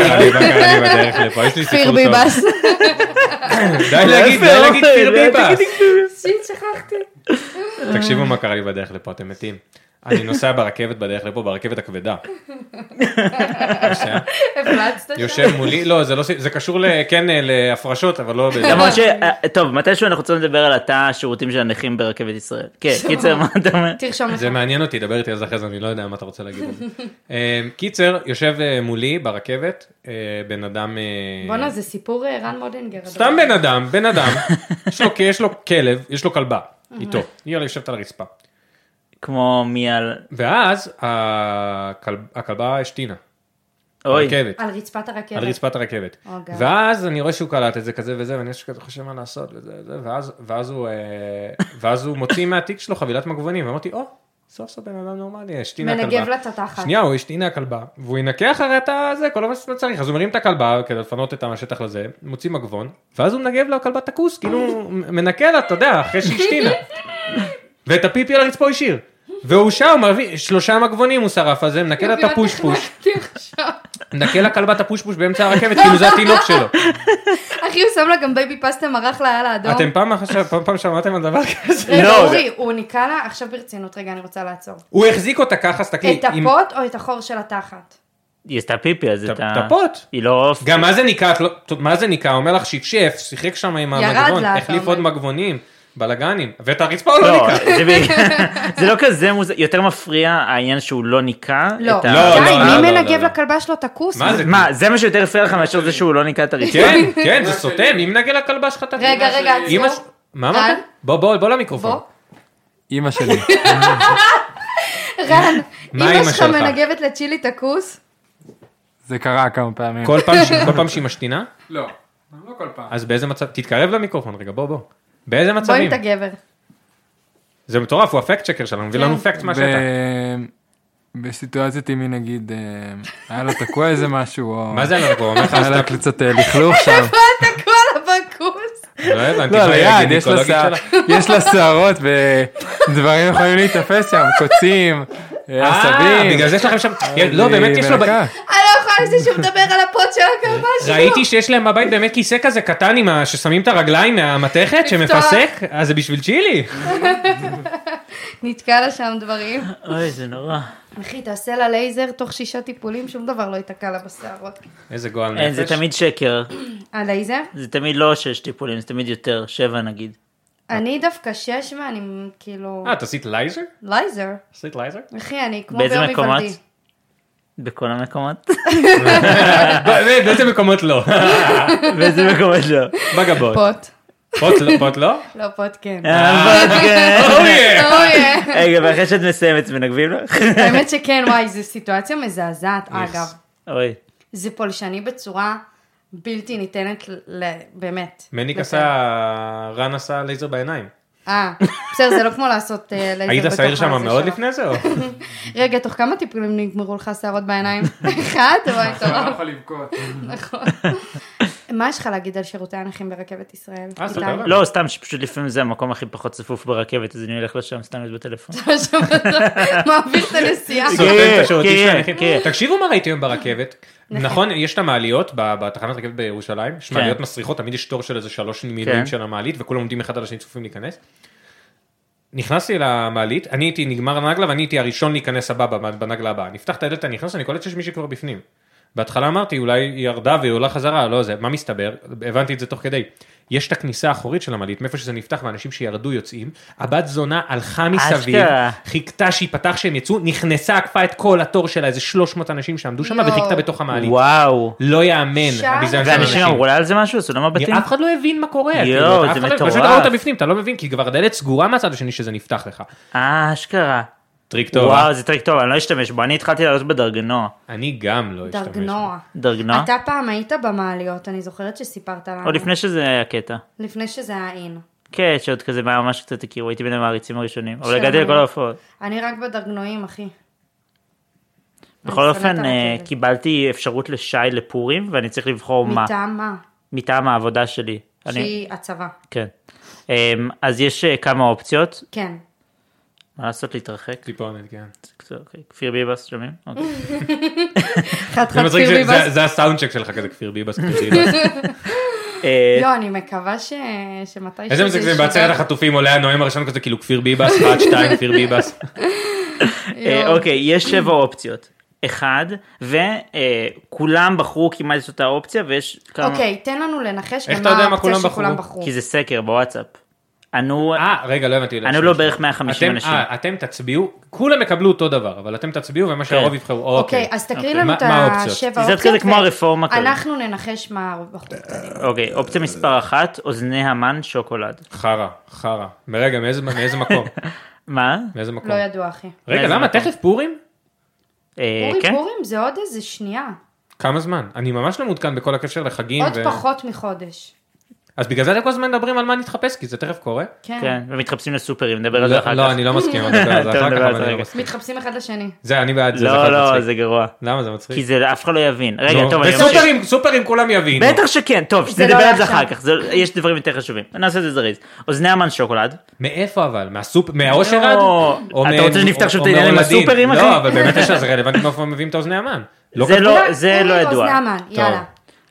Speaker 1: קרה לי, מה קרה לי בדרך לפה, יש לי סיפור
Speaker 3: כפיר
Speaker 1: טוב.
Speaker 3: ביבס.
Speaker 1: די להגיד, די להגיד כפיר
Speaker 2: לא,
Speaker 1: ביבס.
Speaker 2: תגידי כפיר.
Speaker 3: שיט, שכחתי.
Speaker 1: תקשיבו מה קרה לי בדרך לפה, אתם מתים. אני נוסע ברכבת בדרך לפה, ברכבת הכבדה. נוסע,
Speaker 3: הפלצת שם?
Speaker 1: יושב מולי, לא, זה לא, ס- זה קשור ל- כן, אה, להפרשות, אבל לא... ב-
Speaker 2: למרות ש... אה, טוב, מתישהו אנחנו צריכים לדבר על התא השירותים של הנכים ברכבת ישראל. כן, קיצר, מה אתה אומר?
Speaker 3: תרשום לך.
Speaker 1: זה מעניין אותי, דבר איתי על זה אחרי זה, אני לא יודע מה אתה רוצה להגיד על זה. אה, קיצר, יושב אה, מולי ברכבת, אה, בן אדם... אה,
Speaker 3: בואנה, זה סיפור אה, רן מודנגר.
Speaker 1: סתם בן אדם, בן אדם, יש לו- יש לו כלב, יש לו כלבה, איתו, היא יושבת על הרצפה.
Speaker 2: כמו מי על...
Speaker 1: ואז הכלב- הכלבה השתינה,
Speaker 2: אוי,
Speaker 1: ברכבת.
Speaker 3: על רצפת הרכבת.
Speaker 1: על רצפת הרכבת.
Speaker 3: אוקיי.
Speaker 1: ואז אני רואה שהוא קלט את זה כזה וזה, ואני שכזה חושב מה לעשות וזה וזה, ואז- ואז הוא, אה, ואז הוא מוציא מהתיק שלו חבילת מגבונים, ואמרתי, או, סוף סוף בן אדם נורמלי, השתינה הכלבה.
Speaker 3: מנגב לתותחת.
Speaker 1: שנייה, הוא השתינה הכלבה, והוא ינקה אחרי את הזה, כל מה שאתה צריך, אז הוא מרים את הכלבה כדי לפנות את השטח לזה, מוציא מגבון, ואז הוא מנגב לכלבה את הכוס, כאילו, הוא מנקה לה, אתה יודע, אחרי שהשתינה. ואת הפיפי על הרצפה הוא השאיר. והוא שם, מביא- שלושה מגבונים הוא שרף על זה, מנקה לה את הפושפוש. נקה לכלבה את הפושפוש באמצע הרכבת, כאילו זה התינוק שלו.
Speaker 3: אחי, הוא שם לה גם בייבי פסטה מרח לה על האדום.
Speaker 1: אתם פעם אחת- פעם- פעם שמעתם על דבר כזה?
Speaker 3: רגע,
Speaker 2: לא,
Speaker 3: אורי, הוא ניקה לה, עכשיו ברצינות, רגע, אני רוצה לעצור.
Speaker 1: הוא החזיק אותה ככה, סתכלי.
Speaker 3: את
Speaker 1: עם-
Speaker 3: הפוט או את החור של התחת?
Speaker 2: היא עשתה פיפי, אז
Speaker 1: את
Speaker 2: את
Speaker 1: ה- את הפוט.
Speaker 2: היא לא...
Speaker 1: גם מה זה ניקה, את לא- טוב, מה זה ניקה? אומר לך שפשף, שיחק שם עם
Speaker 3: ירד
Speaker 1: המגבון,
Speaker 3: לה, אתה
Speaker 1: החליף
Speaker 3: אומר.
Speaker 1: עוד מגבונים, בלאגנים, ואת הרצפה הוא לא
Speaker 2: לא,
Speaker 1: ניקה.
Speaker 2: זה ב- זה לא כזה מוזר, יותר מפריע העניין שהוא לא ניקה.
Speaker 3: לא.
Speaker 2: את ה-
Speaker 1: לא,
Speaker 3: די,
Speaker 1: לא, לא,
Speaker 3: מי
Speaker 1: לא,
Speaker 3: מנגב
Speaker 1: לא.
Speaker 3: לכלבה שלו את הכוס?
Speaker 1: מה זה?
Speaker 2: מה, זה מה שיותר הפריע לך מאשר זה שהוא לא ניקה את הרצפה?
Speaker 1: כן, כן, זה סותם, אם נגל הכלבה שלך את
Speaker 3: רגע, רגע,
Speaker 1: אמא
Speaker 3: עצור.
Speaker 1: ש- מה
Speaker 3: רן?
Speaker 1: אמרת? בוא, בוא, בוא למיקרופון.
Speaker 3: בוא.
Speaker 4: אימא שלי.
Speaker 3: רן,
Speaker 1: מה
Speaker 3: אמא
Speaker 1: אמא
Speaker 3: שלך
Speaker 1: שלך?
Speaker 3: מנגבת לצ'ילי את הכוס?
Speaker 4: זה קרה כמה פעמים.
Speaker 1: כל פעם ש- כל פעם שהיא משתינה,
Speaker 4: לא, לא כל פעם.
Speaker 1: אז באיזה מצב, תתקרב למיקרופון רגע, בוא, בוא. באיזה
Speaker 3: בוא עם
Speaker 1: מצבים?
Speaker 3: את הגבר.
Speaker 1: אה. זה מטורף, הוא הפקט שקר שלנו, מביא לנו
Speaker 3: כן.
Speaker 1: פקט
Speaker 4: ב-
Speaker 1: מהשטח.
Speaker 4: בסיטואציות אם היא נגיד, אה, היה לה תקוע איזה משהו, או...
Speaker 1: מה זה על המקום?
Speaker 4: היה לה קצת אה, לכלוך שם.
Speaker 3: מה אתה כל הבקוס?
Speaker 1: לא הבנתי,
Speaker 4: לא,
Speaker 1: מה
Speaker 4: על
Speaker 1: היא
Speaker 4: היד, יש לה
Speaker 1: הגינקולוגית
Speaker 4: שיער-
Speaker 1: שלה?
Speaker 4: יש לה שערות ודברים יכולים להיתפס שם, קוצים, אה,
Speaker 1: אה,
Speaker 4: עשבים.
Speaker 1: בגלל זה יש לכם שם,
Speaker 4: אה,
Speaker 1: לא באמת יש לו, ב-
Speaker 4: מנקה.
Speaker 3: אני לא יכולה לזה שהוא מדבר על הפוט של הכלבה שלו.
Speaker 1: ראיתי שיש להם בבית באמת כיסא כזה קטן עם ה... ששמים את הרגליים מהמתכת שמפסק, אז זה בשביל צ'ילי.
Speaker 3: נתקע לה שם דברים.
Speaker 1: כן.
Speaker 2: אוי, זה נורא.
Speaker 3: אחי, תעשה לה לייזר תוך שישה טיפולים, שום דבר לא ייתקע לה בשערות.
Speaker 1: איזה גועל
Speaker 2: אין, אה, זה
Speaker 1: נפש.
Speaker 2: תמיד שקר.
Speaker 3: הלייזר?
Speaker 2: זה תמיד לא שש טיפולים, זה תמיד יותר, שבע נגיד.
Speaker 3: אני דווקא שש ואני כאילו...
Speaker 1: אה, את עשית לייזר?
Speaker 3: לייזר.
Speaker 1: עשית לייזר?
Speaker 3: אחי, אני כמו
Speaker 2: באיזה
Speaker 3: ברמי
Speaker 2: מקומות?
Speaker 3: ולדי.
Speaker 2: בכל המקומות. אה,
Speaker 1: ב- באיזה מקומות לא?
Speaker 2: באיזה מקומות לא.
Speaker 1: בגבות.
Speaker 3: פוט.
Speaker 1: פוט לא? פוט לא?
Speaker 3: לא, פוט כן. לא
Speaker 2: אבל אה, כן.
Speaker 1: אה. אוי!
Speaker 3: אוי,
Speaker 2: רגע, ואחרי שאת מסיימת, מנגבים לך?
Speaker 3: האמת שכן, וואי, זו סיטואציה מזעזעת, אגב.
Speaker 2: אוי.
Speaker 3: זה פולשני בצורה בלתי ניתנת ל- ל... באמת.
Speaker 1: מניק
Speaker 3: לתאר.
Speaker 1: עשה, רן עשה לייזר בעיניים.
Speaker 3: אה, בסדר, זה לא כמו לעשות אה, לייזר
Speaker 1: היית
Speaker 3: בתוך
Speaker 1: שעיר שם
Speaker 3: הזה
Speaker 1: מאוד
Speaker 3: שלו.
Speaker 1: לפני זה? או?
Speaker 3: רגע, תוך כמה טיפולים נגמרו לך שערות בעיניים? אחד? וואי,
Speaker 4: לא
Speaker 3: טוב. מה יש לך להגיד על שירותי הנכים ברכבת ישראל?
Speaker 1: אה, סבבה.
Speaker 3: איתי?
Speaker 2: לא, סתם, שפשוט לפעמים זה המקום הכי פחות צפוף ברכבת, אז אני הולך לשם סתם להיות בטלפון.
Speaker 3: אתה שומע?
Speaker 1: לא.
Speaker 3: מעביר את הנסיעה.
Speaker 1: סותם את השירותים של
Speaker 2: כן,
Speaker 1: הנכים.
Speaker 2: כן.
Speaker 1: תקשיבו מה ראיתי היום ברכבת. נכון, יש את המעליות ב- בתחנת רכבת בירושלים, יש
Speaker 2: כן.
Speaker 1: מעליות מסריחות, תמיד יש תור של איזה שלוש מילואים
Speaker 2: כן.
Speaker 1: של המעלית, וכולם עומדים אחד על השני צפופים להיכנס. נכנסתי למעלית, אני הייתי נגמר הנגלה ואני הייתי הראשון להיכנס הבא בנגלה הבאה. נפתח את הדלת, אני נכנס, אני קולט שיש מישהי כבר בפנים. בהתחלה אמרתי, אולי היא ירדה והיא עולה חזרה, לא זה, מה מסתבר? הבנתי את זה תוך כדי. יש את הכניסה האחורית של המעלית, מאיפה שזה נפתח ואנשים שירדו יוצאים, הבת זונה הלכה מסביב,
Speaker 2: אשכרה.
Speaker 1: חיכתה שייפתח שהם יצאו, נכנסה, עקפה את כל התור שלה, איזה 300 אנשים שעמדו שם,
Speaker 3: יואו.
Speaker 1: וחיכתה בתוך המעלית.
Speaker 2: וואו.
Speaker 1: לא יאמן,
Speaker 3: שם?
Speaker 1: הביזיון של
Speaker 2: ואנשים
Speaker 1: האנשים.
Speaker 2: אמרו לה על זה משהו? עשו לה מבטים?
Speaker 1: אף אחד לא הבין מה קורה,
Speaker 2: יואו,
Speaker 1: כאילו,
Speaker 2: זה
Speaker 1: אף אחד לא-
Speaker 2: מטורף.
Speaker 1: פשוט ראו אותה בפנים, אתה לא מבין, כי כבר הדלת סגורה מהצד השני שזה נפתח לך.
Speaker 2: אה, אשכרה.
Speaker 1: טריק טוב. אה?
Speaker 2: וואו, זה טריק טוב, אני לא אשתמש בו, אני התחלתי לעלות בדרגנוע.
Speaker 1: אני גם לא אשתמש. בו.
Speaker 3: דרגנוע.
Speaker 2: דרגנוע?
Speaker 3: אתה פעם היית במעליות, אני זוכרת שסיפרת לנו.
Speaker 2: עוד לפני שזה היה קטע.
Speaker 3: לפני שזה היה אין.
Speaker 2: כן, שעוד כזה היה ממש קצת הכירו, הייתי בין המעריצים הראשונים, אבל
Speaker 3: של
Speaker 2: הגעתי
Speaker 3: מה?
Speaker 2: לכל ההופעות.
Speaker 3: אני רק בדרגנועים, אחי.
Speaker 2: בכל
Speaker 3: אני שונאת
Speaker 2: אופן, אה,
Speaker 3: הרכבת.
Speaker 2: קיבלתי אפשרות לשי לפורים, ואני צריך לבחור מה,
Speaker 3: מטעם מה?
Speaker 2: מטעם העבודה שלי. אני,
Speaker 3: שהיא הצבא.
Speaker 2: כן. אמ, אז יש אה, כמה אופציות,
Speaker 3: כן.
Speaker 2: מה לעשות להתרחק?
Speaker 1: טיפונת, כן.
Speaker 2: זה- אוקיי. כפיר ביבס, שומעים? אוקיי.
Speaker 3: חתיכת
Speaker 1: זה מצחיק,
Speaker 3: פירבי
Speaker 1: זה- זה-
Speaker 3: בס.
Speaker 1: זה הסאונד צ'ק שלך כזה, כפיר ביבס, כפיר ביבס.
Speaker 2: אה,
Speaker 3: לא, אני מקווה ש... שמתי
Speaker 1: איזה מצחיק זה, בעצרת החטופים עולה הנואם הראשון כזה, כאילו כפיר ביבס, אחת, שתיים, כפיר ביבס.
Speaker 2: אה,
Speaker 3: יואו.
Speaker 2: אוקיי, יש שבע אופציות. אחד, וכולם בחרו כמעט את אותה אופציה, ויש כמה...
Speaker 3: אוקיי, תן לנו לנחש
Speaker 1: איך
Speaker 3: גם
Speaker 1: אתה יודע מה
Speaker 3: מה האופציה
Speaker 1: כולם
Speaker 3: שכולם
Speaker 1: בחרו?
Speaker 3: בחרו.
Speaker 2: כי זה סקר בוואטסאפ. ענו,
Speaker 1: אה, רגע, לא הבנתי.
Speaker 2: ענו לו בערך 150
Speaker 1: אתם-
Speaker 2: אנשים.
Speaker 1: אה, אתם תצביעו, כולם יקבלו אותו דבר, אבל אתם תצביעו ומה
Speaker 2: כן.
Speaker 1: שהרוב יבחרו.
Speaker 3: אוקיי, אז תקריא לנו
Speaker 1: מה-
Speaker 3: את
Speaker 1: מה האופציות?
Speaker 3: השבע
Speaker 2: זה
Speaker 3: אופציות.
Speaker 2: כזה כמו
Speaker 3: ו-
Speaker 2: הרפורמה כזה.
Speaker 3: אנחנו ננחש מה בחרו. קדימה.
Speaker 2: אוקיי, אופציה מספר אחת, אוזני המן שוקולד.
Speaker 1: חרא, חרא. רגע, מאיזה מאיזה מקום?
Speaker 2: מה?
Speaker 1: מאיזה מקום?
Speaker 2: כן.
Speaker 3: לא ידוע, אחי.
Speaker 1: רגע,
Speaker 2: מאיזה
Speaker 1: למה?
Speaker 2: מקום?
Speaker 1: תכף פורים?
Speaker 2: אה,
Speaker 3: אורי
Speaker 2: כן?
Speaker 3: פורים זה עוד איזה שנייה.
Speaker 1: כמה זמן? אני ממש לא מעודכן בכל הקשר לחגים.
Speaker 3: עוד
Speaker 1: ו-
Speaker 3: פחות מחודש.
Speaker 1: אז בגלל זה אתם כל הזמן מדברים על מה נתחפש, כי זה תכף קורה.
Speaker 3: כן.
Speaker 2: כן, ומתחפשים לסופרים, נדבר על זה
Speaker 1: לא,
Speaker 2: אחר כך.
Speaker 1: לא, אני לא מסכים, אני מדבר על זה
Speaker 2: אתה
Speaker 1: אחר כך,
Speaker 2: מדבר על
Speaker 1: אבל
Speaker 2: זה
Speaker 1: אני
Speaker 2: רגע.
Speaker 1: לא מסכים.
Speaker 3: מתחפשים אחד לשני.
Speaker 1: זה, אני בעד זה, זה
Speaker 2: לא,
Speaker 1: אחד
Speaker 2: לא,
Speaker 1: מצחיק.
Speaker 2: זה גרוע.
Speaker 1: למה זה
Speaker 2: כי
Speaker 1: מצחיק?
Speaker 2: זה אף אחד לא יבין. רגע,
Speaker 1: נו,
Speaker 2: טוב, אני אמשיך.
Speaker 1: וסופרים, סופרים כולם יבינו.
Speaker 2: בטח שכן, טוב,
Speaker 3: זה לא
Speaker 2: נדבר על זה
Speaker 3: לעכשיו.
Speaker 2: אחר כך, זה- יש דברים יותר חשובים. נעשה את זה זריז. אוזני המן שוקולד.
Speaker 1: מאיפה אבל? מהסופ... מהאושר עד?
Speaker 2: לא.
Speaker 1: או
Speaker 2: אתה
Speaker 1: מ-
Speaker 2: רוצה שנפתח
Speaker 1: או-
Speaker 2: שוב
Speaker 1: או
Speaker 2: את העניין עם
Speaker 1: מהולדים?
Speaker 2: הסופרים, אחי?
Speaker 1: לא, אבל באמת יש לזה רלוונטי מאיפה מביאים את האוזני המן. לא
Speaker 2: זה
Speaker 1: כתוב?
Speaker 2: לא,
Speaker 3: אולי-
Speaker 2: זה לא
Speaker 3: אורי
Speaker 2: ידוע.
Speaker 3: אוזני המן, יאללה.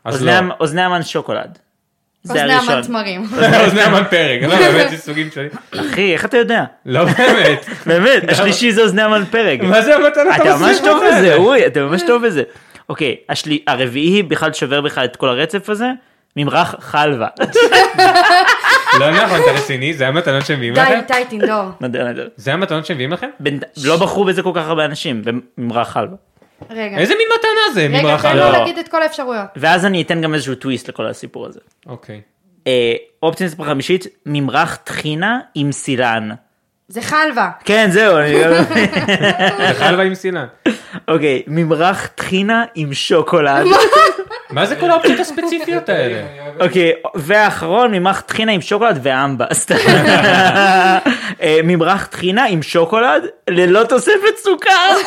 Speaker 1: אז
Speaker 2: אוזני
Speaker 1: לא.
Speaker 2: המ- אוזני המן שוקולד. זה
Speaker 3: אוזני
Speaker 2: הראשון.
Speaker 3: המן תמרים.
Speaker 1: אוזני המן פרק. לא, באמת, יש סוגים שונים.
Speaker 2: אחי, איך אתה יודע?
Speaker 1: לא באמת.
Speaker 2: באמת, השלישי זה אוזני המן פרק.
Speaker 1: מה זה המתנה?
Speaker 2: אתה ממש טוב בזה, אורי, אתה ממש טוב בזה. אוקיי, השלי- הרביעי בכלל שובר בכלל את כל הרצף הזה, ממרח חלבה.
Speaker 1: לא נכון, אתה רציני? זה המתנות שמביאים
Speaker 3: די, כן.
Speaker 1: לכם?
Speaker 3: איתי, תנדור.
Speaker 2: נדיר, נדיר.
Speaker 1: זה המתנות שמביאים לכם?
Speaker 2: בין- לא בחרו בזה כל כך הרבה אנשים, בממרח חלבה.
Speaker 3: רגע.
Speaker 1: איזה מין מתנה זה?
Speaker 3: רגע,
Speaker 1: ממרח
Speaker 3: תן
Speaker 1: על-
Speaker 3: לו
Speaker 2: לא.
Speaker 3: להגיד את כל האפשרויות.
Speaker 2: ואז אני אתן גם איזשהו טוויסט לכל הסיפור הזה.
Speaker 1: אוקיי.
Speaker 2: אה, אופציה מספר חמישית, ממרח טחינה עם סילן.
Speaker 3: זה חלבה.
Speaker 2: כן, זהו, אני גם...
Speaker 1: זה חלבה עם סילן.
Speaker 2: אוקיי, ממרח טחינה עם שוקולד.
Speaker 1: מה זה כל האופציות הספציפיות האלה?
Speaker 2: אוקיי, והאחרון, ממרח טחינה עם שוקולד ואמבה. סתם. אה, ממרח טחינה עם שוקולד ללא תוספת סוכר.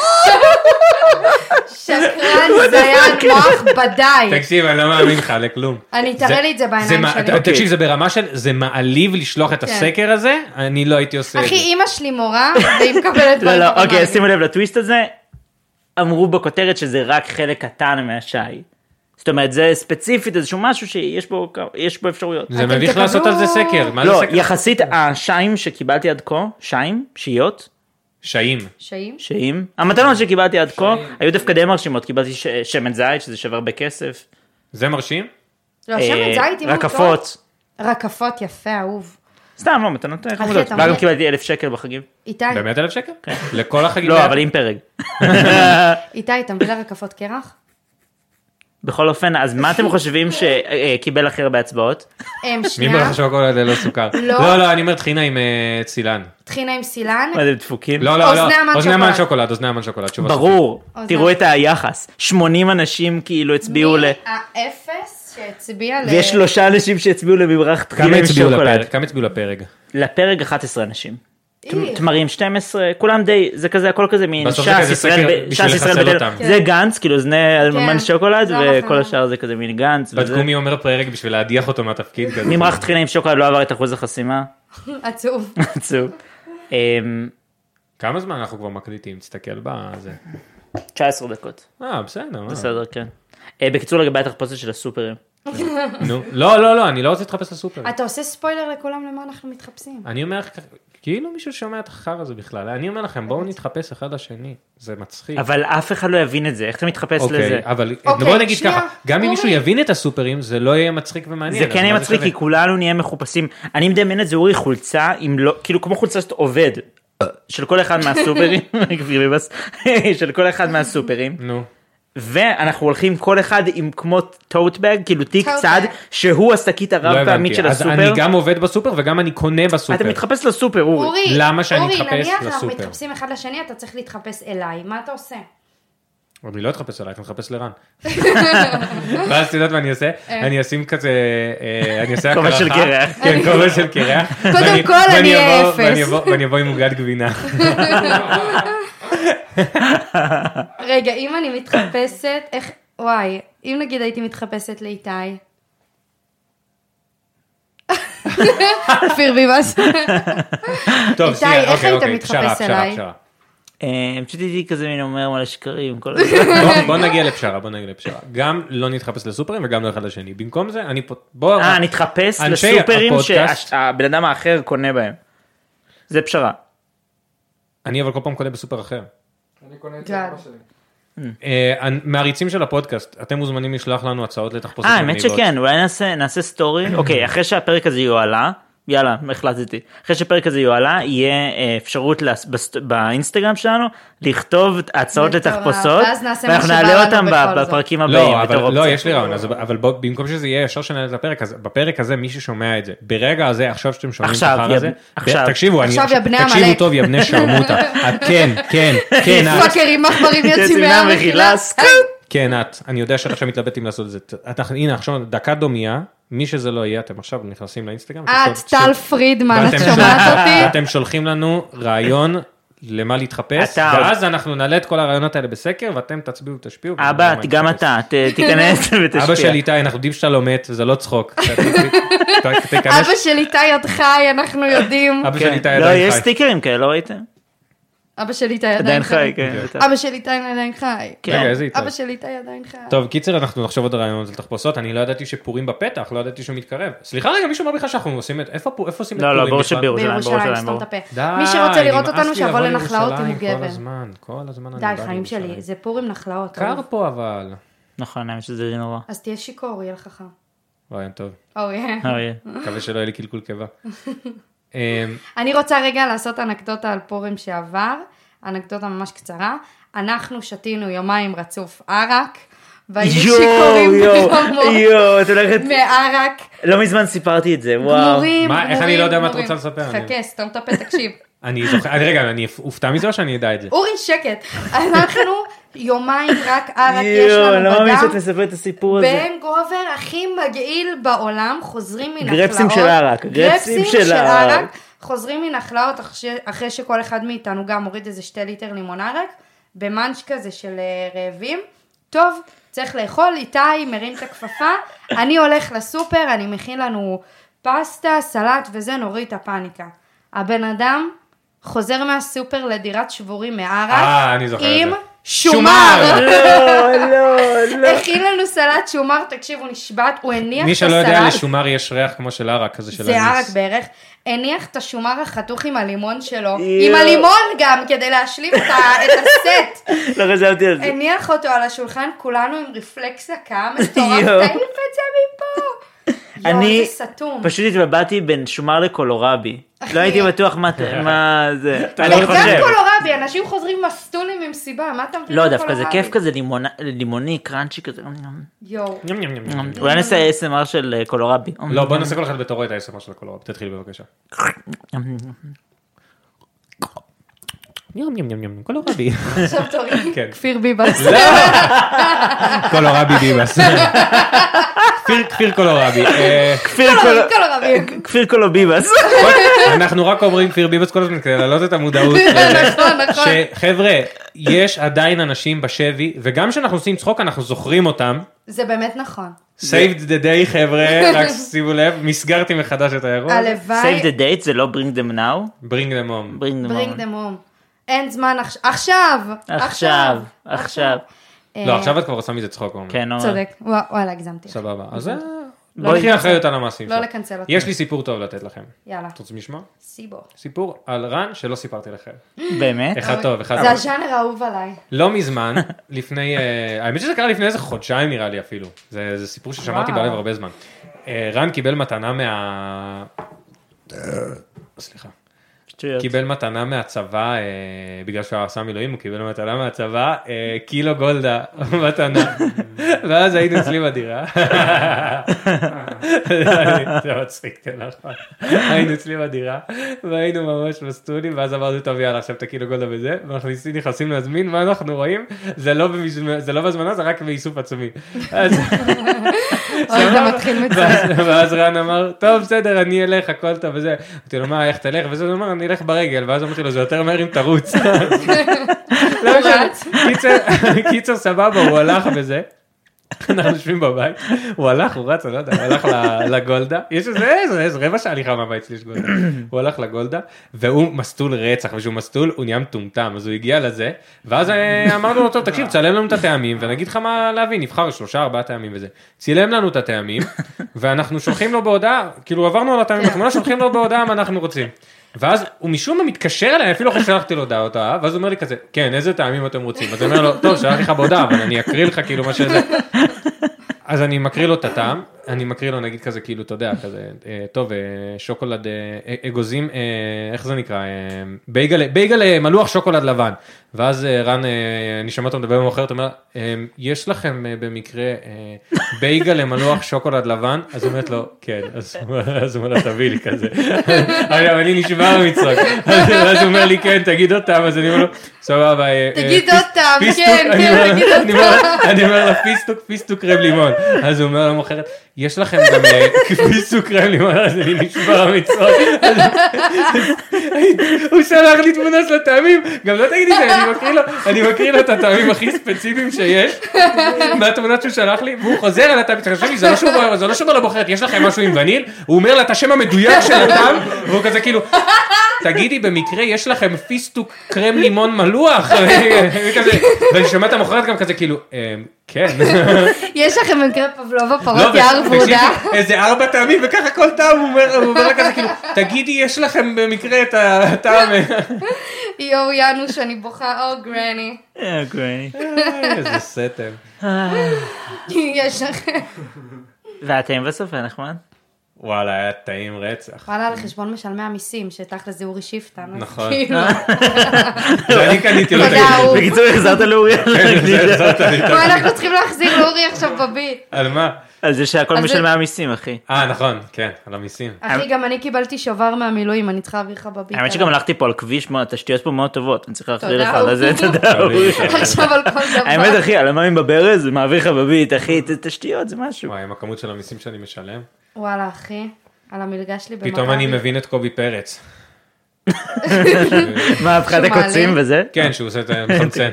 Speaker 3: שקרן,
Speaker 2: לא
Speaker 3: זיין, מוח, בדי.
Speaker 1: תקשיב, אני לא מאמין לך לכלום.
Speaker 3: אני, תראה לי את זה בעיניים
Speaker 1: מה-
Speaker 3: שלי. כן.
Speaker 1: אתה-
Speaker 2: אוקיי.
Speaker 1: תקשיב, זה ברמה של, זה מעליב לשלוח את הסקר הזה, אני לא הייתי עושה את זה.
Speaker 3: אחי, אימא שלי מורה, והיא מקבלת
Speaker 2: לא,
Speaker 3: דברים
Speaker 2: לא,
Speaker 3: ברמה
Speaker 2: אוקיי,
Speaker 3: הזאת.
Speaker 2: שימו לב לטוויסט הזה. אמרו בכותרת שזה רק חלק קטן מהשי. זאת אומרת, זה ספציפית איזשהו משהו שיש בו כ- יש בו אפשרויות.
Speaker 1: זה
Speaker 3: אתם
Speaker 1: מביך
Speaker 3: תקבלו-
Speaker 1: לעשות על זה סקר, מה זה
Speaker 2: לא,
Speaker 1: סקר?
Speaker 2: יחסית השיים שקיבלתי עד כה, שיים, שיות,
Speaker 1: שעים.
Speaker 3: שאים?
Speaker 2: שיים, המתנות שקיבלתי עד כה, היו דווקא די מרשימות, קיבלתי ש- שמן זית, שזה שווה הרבה כסף.
Speaker 1: זה מרשים?
Speaker 3: לא, שמן
Speaker 2: אה,
Speaker 3: זית, אם הוא טוב.
Speaker 2: רקפות.
Speaker 3: רקפות, יפה, אהוב.
Speaker 2: סתם, לא, מתנות חמודות.
Speaker 3: אתה
Speaker 2: וגם
Speaker 3: מבין?
Speaker 2: קיבלתי אלף שקל בחגים.
Speaker 3: איתי,
Speaker 1: באמת אלף שקל? לכל החגים?
Speaker 2: לא,
Speaker 1: ביחד?
Speaker 2: אבל עם פרק.
Speaker 3: איתי, אתה מביא לה רקפות קרח?
Speaker 2: בכל אופן, אז מה אתם חושבים שקיבל הכי הרבה הצבעות?
Speaker 3: אמ,
Speaker 1: מי
Speaker 3: שנייה,
Speaker 1: מלך שוקולד ללא סוכר?
Speaker 3: לא.
Speaker 1: לא, לא, אני אומר טחינה עם אה, צילן.
Speaker 3: טחינה עם סילן,
Speaker 2: מה אתם דפוקים?
Speaker 1: לא, לא, לא.
Speaker 3: אוזני המן
Speaker 1: אוזני המן
Speaker 3: שוקולד.
Speaker 1: שוקולד, אוזני המן שוקולד. תשובה סופית.
Speaker 2: ברור,
Speaker 3: אוזן.
Speaker 2: תראו את היחס, 80 אנשים כאילו הצביעו ל...
Speaker 3: האפס שהצביע ל...
Speaker 2: ויש שלושה אנשים שהצביעו למברח
Speaker 1: כמה
Speaker 2: תחילה עם
Speaker 1: הצביעו לפרק?
Speaker 2: שוקולד.
Speaker 1: כמה הצביעו לפרק?
Speaker 2: לפרק 11 אנשים.
Speaker 3: אי,
Speaker 2: תמ- תמרים 12, כולם די, זה כזה, הכל כזה מין
Speaker 1: בסוף זה כזה
Speaker 2: ש"ס,
Speaker 1: סקר
Speaker 2: ישראל, ב-
Speaker 1: בשביל
Speaker 2: ש"ס, ישראל
Speaker 1: לחסל
Speaker 2: ביתנו.
Speaker 1: אותם.
Speaker 2: זה גנץ, כאילו זני אלמן שוקולד,
Speaker 3: כן. זה לא
Speaker 2: וכל
Speaker 3: המחנה.
Speaker 2: השאר זה כזה מין גנץ. וזה-
Speaker 1: בדקו מי אומר פרק בשביל להדיח אותו מהתפקיד כזה.
Speaker 2: ממרח תחילה עם שוקולד לא עבר את אחוז החסימה.
Speaker 3: עצוב.
Speaker 2: עצוב. אמ,
Speaker 1: כמה זמן אנחנו כבר מקליטים? תסתכל בזה.
Speaker 2: 19 דקות,
Speaker 1: אה, אוקיי. בסדר. מה?
Speaker 2: בסדר, כן. אה, בקיצור, לגבי התחפושת של הסופרים.
Speaker 1: נו. לא, לא, לא, אני לא רוצה להתחפש לסופר.
Speaker 3: אתה עושה ספוילר לכולם למה אנחנו מתחפשים.
Speaker 1: אני אומר, כאילו מישהו שומע את החרא הזה בכלל. אני אומר לכם, בואו נתחפש אחד לשני. זה מצחיק.
Speaker 2: אבל אף אחד לא יבין את זה, איך אתה מתחפש לזה?
Speaker 1: אוקיי, אבל
Speaker 3: אוקיי,
Speaker 1: בוא נגיד
Speaker 3: שנייה,
Speaker 1: ככה, גם אם
Speaker 3: אורי.
Speaker 1: מישהו יבין את הסופרים, זה לא יהיה מצחיק ומעניין.
Speaker 2: זה
Speaker 1: אז
Speaker 2: כן יהיה
Speaker 1: מה
Speaker 2: מצחיק,
Speaker 1: שווה?
Speaker 2: כי כולנו נהיה מחופשים. אני מדמיין את זה, אורי, חולצה עם לא, כאילו כמו חולצה שאתה עובד, של כל אחד מהסופרים, גביר ביבס, של כל אחד מהסופרים,
Speaker 1: נו,
Speaker 2: ואנחנו הולכים כל אחד עם כמו טוטבג, כאילו תיק
Speaker 3: Tote
Speaker 2: צד,
Speaker 3: bag.
Speaker 2: שהוא השקית
Speaker 1: לא
Speaker 2: הרב פעמית
Speaker 1: הבנתי,
Speaker 2: של
Speaker 1: אז
Speaker 2: הסופר.
Speaker 1: אני גם עובד בסופר וגם אני קונה
Speaker 2: אתה
Speaker 1: בסופר.
Speaker 2: מתחפש לסופר, אורי.
Speaker 3: אורי,
Speaker 1: למה שאני
Speaker 3: אורי,
Speaker 1: אתחפש
Speaker 3: נניח אנחנו
Speaker 1: לסופר?
Speaker 3: מתחפשים אחד לשני, אתה צריך להתחפש אליי, מה אתה עושה?
Speaker 1: אני לא אתחפש עלייך, אני אתחפש לרן. ואז את יודעת מה אני אעשה? אני אשים כזה, אה, אני אעשה
Speaker 2: כובע של
Speaker 1: הקרחה.
Speaker 2: קרח.
Speaker 1: כן, כובע של קרח.
Speaker 3: קודם
Speaker 1: ואני-
Speaker 3: כל,
Speaker 1: ואני
Speaker 3: אני אהיה
Speaker 1: אבוא-
Speaker 3: אפס.
Speaker 1: ואני אבוא- ואני אבוא עם עוגת גבינה.
Speaker 3: רגע, אם אני מתחפשת, איך, וואי, אם נגיד הייתי מתחפשת לאיתי. אופיר ביבס.
Speaker 2: כן,
Speaker 1: טוב,
Speaker 3: איתי,
Speaker 1: שנייה,
Speaker 3: איך
Speaker 1: אוקיי,
Speaker 3: היית
Speaker 1: אוקיי,
Speaker 3: מתחפש
Speaker 1: פשרה, פשרה,
Speaker 3: אליי?
Speaker 1: פשרה.
Speaker 2: אה, פשוט הייתי כזה מין אומר על השקרים. כל הזמן.
Speaker 1: בוא- בוא נגיע לפשרה, בוא נגיע לפשרה. גם לא נתחפש לסופרים וגם לא אחד לשני. במקום זה, אני פה... בוא...
Speaker 2: אה, נתחפש
Speaker 1: אנשי
Speaker 2: לסופרים
Speaker 1: הפודקאסט.
Speaker 2: שהבן אדם האחר קונה בהם. זה פשרה.
Speaker 1: אני אבל כל פעם קונה בסופר אחר.
Speaker 4: אני קונה את
Speaker 3: גל.
Speaker 4: האבא שלי.
Speaker 1: אה, הנ- מעריצים של הפודקאסט, אתם מוזמנים לשלוח לנו הצעות לתחפושות
Speaker 2: אה, האמת
Speaker 1: מגניבות.
Speaker 2: שכן, אולי נעשה- נעשה סטורי. אוקיי, אחרי שהפרק הזה יועלה, יאללה, החלטתי. אחרי שהפרק הזה יועלה, יהיה אה, אפשרות לס- בסט- באינסטגרם שלנו לכתוב הצעות
Speaker 3: מטורף.
Speaker 2: לתחפושות,
Speaker 3: ואז נעשה
Speaker 2: ואנחנו
Speaker 3: מה שבא
Speaker 2: נעלה
Speaker 3: לנו
Speaker 2: אותם ב-
Speaker 3: בכל זאת.
Speaker 2: בפרקים הבאים.
Speaker 1: לא, אבל,
Speaker 2: בתור
Speaker 1: לא,
Speaker 2: אופציה.
Speaker 1: יש לי רעיון, אז- אבל בוא, במקום שזה יהיה ישר שנעלה את הפרק, אז בפרק הזה מי ששומע את זה, ברגע הזה, עכשיו שאתם שומעים
Speaker 2: עכשיו,
Speaker 1: את החרא
Speaker 2: יא-
Speaker 1: הזה,
Speaker 2: עכשיו.
Speaker 1: ב- תקשיבו, אני,
Speaker 3: עכשיו, יא בני
Speaker 1: תקשיבו
Speaker 3: עמלק.
Speaker 1: טוב, יא בני שרמוטה, את כן, כן, כן, את,
Speaker 3: פאקרים עכברים יוצאים
Speaker 2: יוצאים מהמחילה,
Speaker 3: מהמחילה.
Speaker 2: סקופ.
Speaker 1: כן, את, אני יודע שאת עכשיו מתלבט אם לעשות את זה, ת- את- הנה עכשיו דקה דומייה, מי שזה לא יהיה, אתם עכשיו נכנסים לאינסטגרם,
Speaker 3: אה, את
Speaker 1: תשאל-
Speaker 3: טל
Speaker 1: תשאל-
Speaker 3: פרידמן, את
Speaker 1: ואתם
Speaker 3: שומעת
Speaker 1: שולחים-
Speaker 3: אותי?
Speaker 1: ואתם שולחים לנו רעיון. למה להתחפש,
Speaker 2: אתה-
Speaker 1: ואז אנחנו נעלה את כל הרעיונות האלה בסקר, ואתם תצביעו, תשפיעו.
Speaker 2: אבא,
Speaker 1: ונראה מה
Speaker 2: גם
Speaker 1: נתחפש.
Speaker 2: אתה, ת- תיכנס ותשפיע.
Speaker 1: אבא של איתי, אנחנו יודעים שאתה לא מת, זה לא צחוק. אתה- ת- תיכנס-
Speaker 3: אבא של איתי עוד חי, אנחנו יודעים.
Speaker 1: אבא של
Speaker 2: כן.
Speaker 1: איתי
Speaker 2: לא,
Speaker 1: עדיין
Speaker 2: יש
Speaker 1: חי.
Speaker 2: סטיקרים כאלה, לא ראיתם?
Speaker 3: אבא של איתי עדיין
Speaker 2: עדיין חי,
Speaker 3: חי.
Speaker 2: כן. בטח.
Speaker 3: אבא של איתי עדיין חי.
Speaker 2: כן.
Speaker 1: רגע, איזה איתי?
Speaker 3: אבא של איתי עדיין חי.
Speaker 1: טוב, קיצר, אנחנו נחשוב עוד רעיונות על תחפושות, אני לא ידעתי שפורים בפתח, לא ידעתי שהוא מתקרב. סליחה רגע, מישהו אמר בכלל שאנחנו עושים את... איפה פו- איפה עושים את
Speaker 2: לא,
Speaker 1: פורים?
Speaker 2: לא, ברור
Speaker 1: בכלל?
Speaker 2: שבירושלים.
Speaker 3: בירושלים,
Speaker 2: בירושלים,
Speaker 3: סתום
Speaker 2: ברור.
Speaker 3: את
Speaker 1: די,
Speaker 3: הפה. מי שרוצה לראות
Speaker 1: נמאס
Speaker 3: אותנו,
Speaker 1: לי
Speaker 3: שיבוא
Speaker 1: לבוא
Speaker 3: לנחלאות אם הוא
Speaker 1: לירושלים כל
Speaker 3: גבר.
Speaker 1: הזמן, כל הזמן אני
Speaker 3: די,
Speaker 1: בא
Speaker 3: חיים שלי,
Speaker 1: לירושלים.
Speaker 3: זה פורים נחלאות.
Speaker 1: קר
Speaker 3: אוף.
Speaker 1: פה אבל.
Speaker 2: נכון, האמת שזה די נורא.
Speaker 3: אז תהיה שיכור, יהיה לך חם. Oh,
Speaker 1: רעיון טוב,
Speaker 3: אוי.
Speaker 2: אריה.
Speaker 1: מקווה שלא יהיה לי קלקול קיבה. אמ,
Speaker 3: אני רוצה רגע לעשות אנקדוטה על פורים שעבר, אנקדוטה ממש קצרה. אנחנו שתינו יומיים רצוף ערק, והיו שיכורים
Speaker 2: יואו,
Speaker 3: ברמות
Speaker 2: יואו, את הולכת,
Speaker 3: מערק,
Speaker 2: לא מזמן סיפרתי את זה, וואו.
Speaker 3: גמורים,
Speaker 1: מה, איך אני
Speaker 3: גמורים,
Speaker 1: לא יודע מה את
Speaker 3: גמורים.
Speaker 1: רוצה לספר? אני-
Speaker 3: חכה, סתום את הפה, תקשיב.
Speaker 1: אני זוכר, אני- רגע, אני אופתע מזה או שאני אדע את זה?
Speaker 3: אורי, שקט. אנחנו יומיים רק ערק יש
Speaker 2: יואו,
Speaker 3: לנו
Speaker 2: לא מאמין
Speaker 3: בדם.
Speaker 2: שאת מספרת את הסיפור הזה.
Speaker 3: בן גובר הכי מגעיל בעולם, חוזרים מנחלאות.
Speaker 2: גרפסים של ערק, גרפסים
Speaker 3: גרפסים
Speaker 2: של
Speaker 3: של
Speaker 2: ערק.
Speaker 3: ערק. חוזרים מנחלאות אחש- אחרי שכל אחד מאיתנו גם מוריד איזה שתי ליטר לימון ערק, במאנץ' כזה של אה, רעבים. טוב, צריך לאכול, איתי מרים את הכפפה, אני הולך לסופר, אני מכין לנו פסטה, סלט וזה, נוריד את הפאניקה. הבן אדם חוזר מהסופר לדירת שבורים מערק,
Speaker 1: אה, אני זוכר את זה.
Speaker 3: עם
Speaker 1: שומר!
Speaker 3: שומר.
Speaker 2: לא, לא, לא.
Speaker 3: הכין לנו סלט שומר, תקשיבו, נשבעת, הוא הניח
Speaker 1: מי
Speaker 3: את הסלט.
Speaker 1: שלא יודע, לשומר יש ריח כמו של ערק, כזה של
Speaker 3: זה ערק
Speaker 1: אניס.
Speaker 3: בערך, הניח את השומר החתוך עם הלימון שלו,
Speaker 2: יואו.
Speaker 3: עם הלימון גם, כדי להשלים את ה- את הסט.
Speaker 2: לא חשבתי על זה.
Speaker 3: הניח אותו על השולחן, כולנו עם רפלקס הקם, מטורף,
Speaker 2: יואו.
Speaker 3: תעיף את זה מפה. יואו,
Speaker 2: אני
Speaker 3: איזה סתום.
Speaker 2: פשוט התבלבלתי בין שומר לקולורבי.
Speaker 3: אחי.
Speaker 2: לא הייתי בטוח מה מה זה.
Speaker 1: לא
Speaker 2: אני
Speaker 1: יודע.
Speaker 3: גם
Speaker 2: חושב.
Speaker 3: קולורבי, אנשים חוזרים מסטולים עם סיבה, מה אתה מבין?
Speaker 2: לא,
Speaker 3: על
Speaker 2: דווקא זה
Speaker 3: קולורבי?
Speaker 2: כיף כזה לימונה- לימוני, קראנצ'י כזה.
Speaker 3: יואו.
Speaker 1: ים, ים, ים,
Speaker 3: לא.
Speaker 1: ים.
Speaker 2: אולי נעשה ASMR של אה, קולורבי.
Speaker 1: לא, בוא נעשה כל אחד בתורו את ה-SMR של הקולורב, תתחיל בבקשה. ים ים ים ים, קולורבי.
Speaker 3: עכשיו תורי,
Speaker 1: כן.
Speaker 3: כפיר ביבס.
Speaker 1: קולורבי דיבס. כפיר- כפיר קולורבי. אה,
Speaker 2: כפיר
Speaker 3: קולורבי,
Speaker 2: קול- אה,
Speaker 3: קולורבי.
Speaker 2: כפיר קולוביבס.
Speaker 1: כל- אנחנו רק אומרים כפיר ביבס כל הזמן כדי להעלות את המודעות. אה,
Speaker 3: נכון, נכון.
Speaker 1: שחבר'ה, יש עדיין אנשים בשבי, וגם כשאנחנו עושים צחוק אנחנו זוכרים אותם.
Speaker 3: זה באמת נכון.
Speaker 1: saved the day חבר'ה, רק שימו לב, מסגרתי מחדש את האירוע. הזה.
Speaker 3: הלוואי
Speaker 2: Save the date זה לא bring them now.
Speaker 1: bring them home.
Speaker 2: bring them
Speaker 3: ברינג
Speaker 2: now.
Speaker 3: דם הום. אין זמן עכשיו. עכשיו!
Speaker 2: עכשיו, עכשיו.
Speaker 3: אה,
Speaker 1: לא, עכשיו את כבר עושה מזה צחוק. עומר.
Speaker 2: כן, עומר.
Speaker 3: צודק. ווא- וואלה, הגזמתי.
Speaker 1: סבבה, אז זה...
Speaker 2: לא
Speaker 1: בואי
Speaker 2: לקנצל.
Speaker 1: אחריות על המעשים
Speaker 3: לא
Speaker 1: שלך.
Speaker 3: לקנצל אותי.
Speaker 1: יש לי סיפור טוב לתת לכם.
Speaker 3: יאללה.
Speaker 1: אתם רוצים לשמוע?
Speaker 3: סיבו.
Speaker 1: סיפור על רן שלא סיפרתי לכם.
Speaker 2: באמת?
Speaker 1: אחד טוב, אחד לא.
Speaker 3: זה
Speaker 1: טוב.
Speaker 3: הז'אנר האהוב עליי.
Speaker 1: לא מזמן, לפני, אה, האמת שזה קרה לפני איזה חודשיים נראה לי אפילו. זה זה סיפור ששמעתי
Speaker 3: וואו.
Speaker 1: בלב הרבה זמן. אה, רן קיבל מתנה מה... סליחה.
Speaker 2: שטויות.
Speaker 1: קיבל מתנה מהצבא, אה, בגלל שהוא עשה מילואים, הוא קיבל מתנה מהצבא, אה, קילו גולדה מתנה. ואז היינו אצלי בדירה. זה מצחיק, זה נכון. היינו אצלי בדירה, והיינו ממש בסטודים, ואז אמרנו, טוב, יאללה, עכשיו את הקילו גולדה וזה, ומכניסים, נכנסים להזמין, מה אנחנו רואים? זה לא במזמ- זה לא בהזמנה, זה רק באיסוף עצמי. אז
Speaker 3: אוי, זה מתחיל מצוין.
Speaker 1: ואז- ואז רן אמר, טוב בסדר אני אלך הכל טוב וזה, אמרתי לו מה איך תלך וזה, הוא אמר אני אלך ברגל, ואז אמרתי לו זה יותר מהר אם תרוץ. לא משנה.
Speaker 3: רץ.
Speaker 1: קיצר- קיצר סבבה הוא הלך וזה. אנחנו יושבים בבית, הוא הלך, הוא רץ, אני לא יודע, הוא הלך ל- לגולדה, יש איזה, איזה, איזה רבע שעה הליכה מהבית שלי יש גולדה, הוא הלך לגולדה, והוא מסטול רצח, וכשהוא מסטול הוא נהיה מטומטם, אז הוא הגיע לזה, ואז אה, אמרנו לו, טוב, תקשיב, צלם לנו את הטעמים, ונגיד לך מה להביא, נבחר שלושה, ארבעה טעמים וזה. צילם לנו את הטעמים, ואנחנו שולחים לו בהודעה, כאילו עברנו על הטעמים בתמונה, שולחים לו בהודעה מה אנחנו רוצים. ואז הוא משום מה מתקשר אליי, אפילו אחרי ששלחתי לו הודעה, אותה, ואז הוא אומר לי כזה, כן, איזה טעמים אתם רוצים? אז אני אומר לו, טוב, שלחתי לך בהודעה, אבל אני אקריא לך כאילו מה שזה. אז אני מקריא לו את הטעם, אני מקריא לו נגיד כזה, כאילו, אתה יודע, כזה, אה, טוב, אה, שוקולד, אה, אה, אגוזים, אה, איך זה נקרא, אה, בייגל, בייגל אה, מלוח שוקולד לבן. ואז אה, רן, אה, אני שומע אותו מדבר במאוחרת, אומר, אה, יש לכם אה, במקרה אה, בייגל למלוח שוקולד לבן? אז היא אומרת לו, כן, אז הוא אומר- אז הוא אומר לה, תביא לי כזה. אבל אני נשבר מצחוק. אז- ואז הוא אומר לי, כן, תגיד אותם, אז אני אומר לו, סבבה. אה, אה,
Speaker 3: תגיד
Speaker 1: פיס-
Speaker 3: אותם,
Speaker 1: פיסטוק."
Speaker 3: כן,
Speaker 1: אני
Speaker 3: כן,
Speaker 1: אומר-
Speaker 3: תגיד
Speaker 1: אני אומר- אני אומר לה פיסטוק, פיסטוק קרם לימון. אז הוא אומר למוכרת, יש לכם גם אה, פיסטוק קרם לימון, אז אני נשבר המצרות. אז- הוא שלח לי תמונה של הטעמים, גם לא תגידי שאני מקריא לו, אני מקריא לו את הטעמים הכי ספציפיים שיש, מהתמונות שהוא שלח לי, והוא חוזר על הטעמים, תחשבי לי, זה לא שהוא אומר- זה לא שהוא אומר לבוחרת, יש לכם משהו עם וניל? הוא אומר לה את השם המדויק של הטעם, והוא כזה כאילו, תגידי, במקרה יש לכם פיסטוק קרם לימון מלוח? וכזה, ואני שומע את המוכרת גם כזה כאילו, "אמ, כן.
Speaker 3: יש לכם במקרה פבלובה
Speaker 1: לא,
Speaker 3: פרות יער
Speaker 1: ו-
Speaker 3: ורודה?
Speaker 1: תקשיבי, איזה ארבע טעמים, וככה כל טעם הוא אומר הוא אומר לה כזה כאילו, תגידי, יש לכם במקרה את הטעם?
Speaker 3: יואו יאנוש, אני בוכה, או גרני.
Speaker 2: אוקיי.
Speaker 1: אה, איזה סתם.
Speaker 3: יש לכם.
Speaker 2: ואתם בסוף היה נחמד?
Speaker 1: וואלה, היה טעים רצח.
Speaker 3: וואלה, על חשבון משלמי המיסים, שתכל'ס זה אורי שיפטן. אז
Speaker 1: נכון.
Speaker 3: כאילו,
Speaker 1: זה אני קניתי לו את כן,
Speaker 3: תודה, אור.
Speaker 2: בקיצור החזרת לאוריאל כן,
Speaker 1: זה החזרת לי את
Speaker 3: וואי,
Speaker 1: הגלידה.
Speaker 3: אנחנו צריכים להחזיר לאורי עכשיו בביט.
Speaker 1: על מה?
Speaker 2: על זה שהכל
Speaker 3: אז זה-
Speaker 2: משלמי המיסים אחי.
Speaker 1: אה, נכון, כן, על המיסים.
Speaker 3: אחי, גם אני קיבלתי שובר מהמילואים, אני צריכה להעביר לך בביט.
Speaker 2: האמת שגם הלכתי פה על כביש, מה, התשתיות פה מאוד טובות, אני צריך להחזיר
Speaker 3: תודה,
Speaker 2: לך על זה,
Speaker 3: אורי.
Speaker 2: תודה אורי.
Speaker 3: עכשיו על כל דבר.
Speaker 2: האמת אחי, על המים בברז, זה מעביר לך בביט, אחי, ת- תשתיות זה משהו.
Speaker 1: וואי, עם הכמות של המיסים שאני משלם.
Speaker 3: וואלה, אחי, על המלגה שלי במכבי.
Speaker 1: פתאום אני מבין את קובי פרץ.
Speaker 2: מה, הפחד
Speaker 3: שמעלה.
Speaker 2: הקוצים וזה?
Speaker 1: כן, שהוא עושה את המחמצן.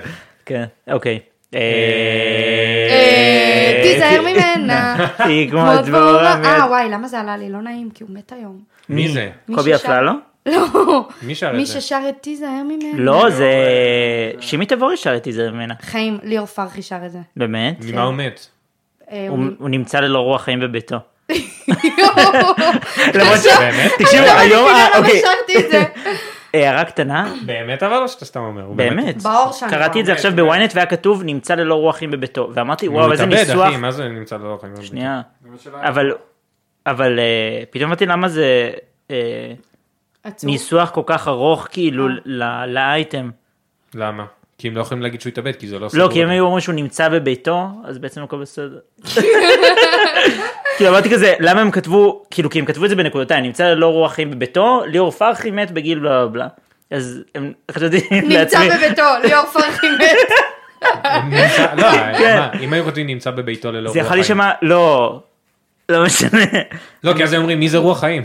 Speaker 2: כן, אוקיי. אה,
Speaker 3: אה, תיזהר ממנה.
Speaker 2: היא כמו
Speaker 1: לא,
Speaker 2: דבורה.
Speaker 3: כמו דבורה. אה,
Speaker 2: מיד-
Speaker 3: וואי, למה זה עלה לי? לא נעים, כי הוא מת היום.
Speaker 1: מי זה?
Speaker 3: מי
Speaker 2: קובי
Speaker 3: ששר-
Speaker 2: אפללו?
Speaker 3: לא.
Speaker 1: מי שר
Speaker 3: מי
Speaker 1: את זה?
Speaker 3: ששר את תיזהר ממנה.
Speaker 2: לא, זה... שימי תבורי שר איתי זה ממנה.
Speaker 3: חיים, ליאור פרחי שר את זה.
Speaker 2: באמת?
Speaker 3: כן.
Speaker 1: ממה הוא מת?
Speaker 3: אה,
Speaker 2: הוא
Speaker 3: הוא-
Speaker 2: הוא נמצא ללא רוח חיים בביתו. למרות ש...
Speaker 3: עכשיו-
Speaker 1: באמת?
Speaker 2: תקשיבו,
Speaker 3: עכשיו אני
Speaker 2: היום...
Speaker 3: מבינה
Speaker 2: אה,
Speaker 3: למה לא
Speaker 2: אוקיי,
Speaker 3: שרתי את זה.
Speaker 2: הערה קטנה,
Speaker 1: באמת אבל או שאתה סתם אומר? הוא
Speaker 2: באמת.
Speaker 3: באור שאני
Speaker 2: קראתי את זה
Speaker 1: רואה.
Speaker 2: עכשיו בוויינט והיה כתוב נמצא ללא רוח חיים בביתו. ואמרתי,
Speaker 1: הוא
Speaker 2: וואו, איזה
Speaker 1: מתאבד,
Speaker 2: ניסוח.
Speaker 1: אחי, מה זה נמצא לא חיים?
Speaker 2: שנייה. אבל... אבל אה, פתאום אמרתי למה זה אה,
Speaker 3: עצוב. אה.
Speaker 2: ניסוח כל כך ארוך כאילו ל- לאייטם.
Speaker 1: למה? כי הם לא יכולים להגיד שהוא התאבד, כי זה לא
Speaker 2: לא,
Speaker 1: סגור.
Speaker 2: כי הם היו אומרים שהוא נמצא בביתו, אז בעצם הכל בסדר. כאילו אמרתי כזה, למה הם כתבו, כאילו כי הם כתבו את זה בנקודתיים, נמצא ללא רוח חיים בביתו, ליאור פרחי מת בגיל בלה בלה בלה. אז הם חשבתי
Speaker 3: נמצא
Speaker 2: לעצמי,
Speaker 3: בביתו, ליאור פרחי מת.
Speaker 1: נמצא- לא,
Speaker 2: כן.
Speaker 1: מה, אם היו כותבים נמצא בביתו ללא רוח
Speaker 2: זה
Speaker 1: חיים.
Speaker 2: יכול להישמע, לא, לא משנה.
Speaker 1: לא, כי אז הם אומרים, מי זה רוח חיים?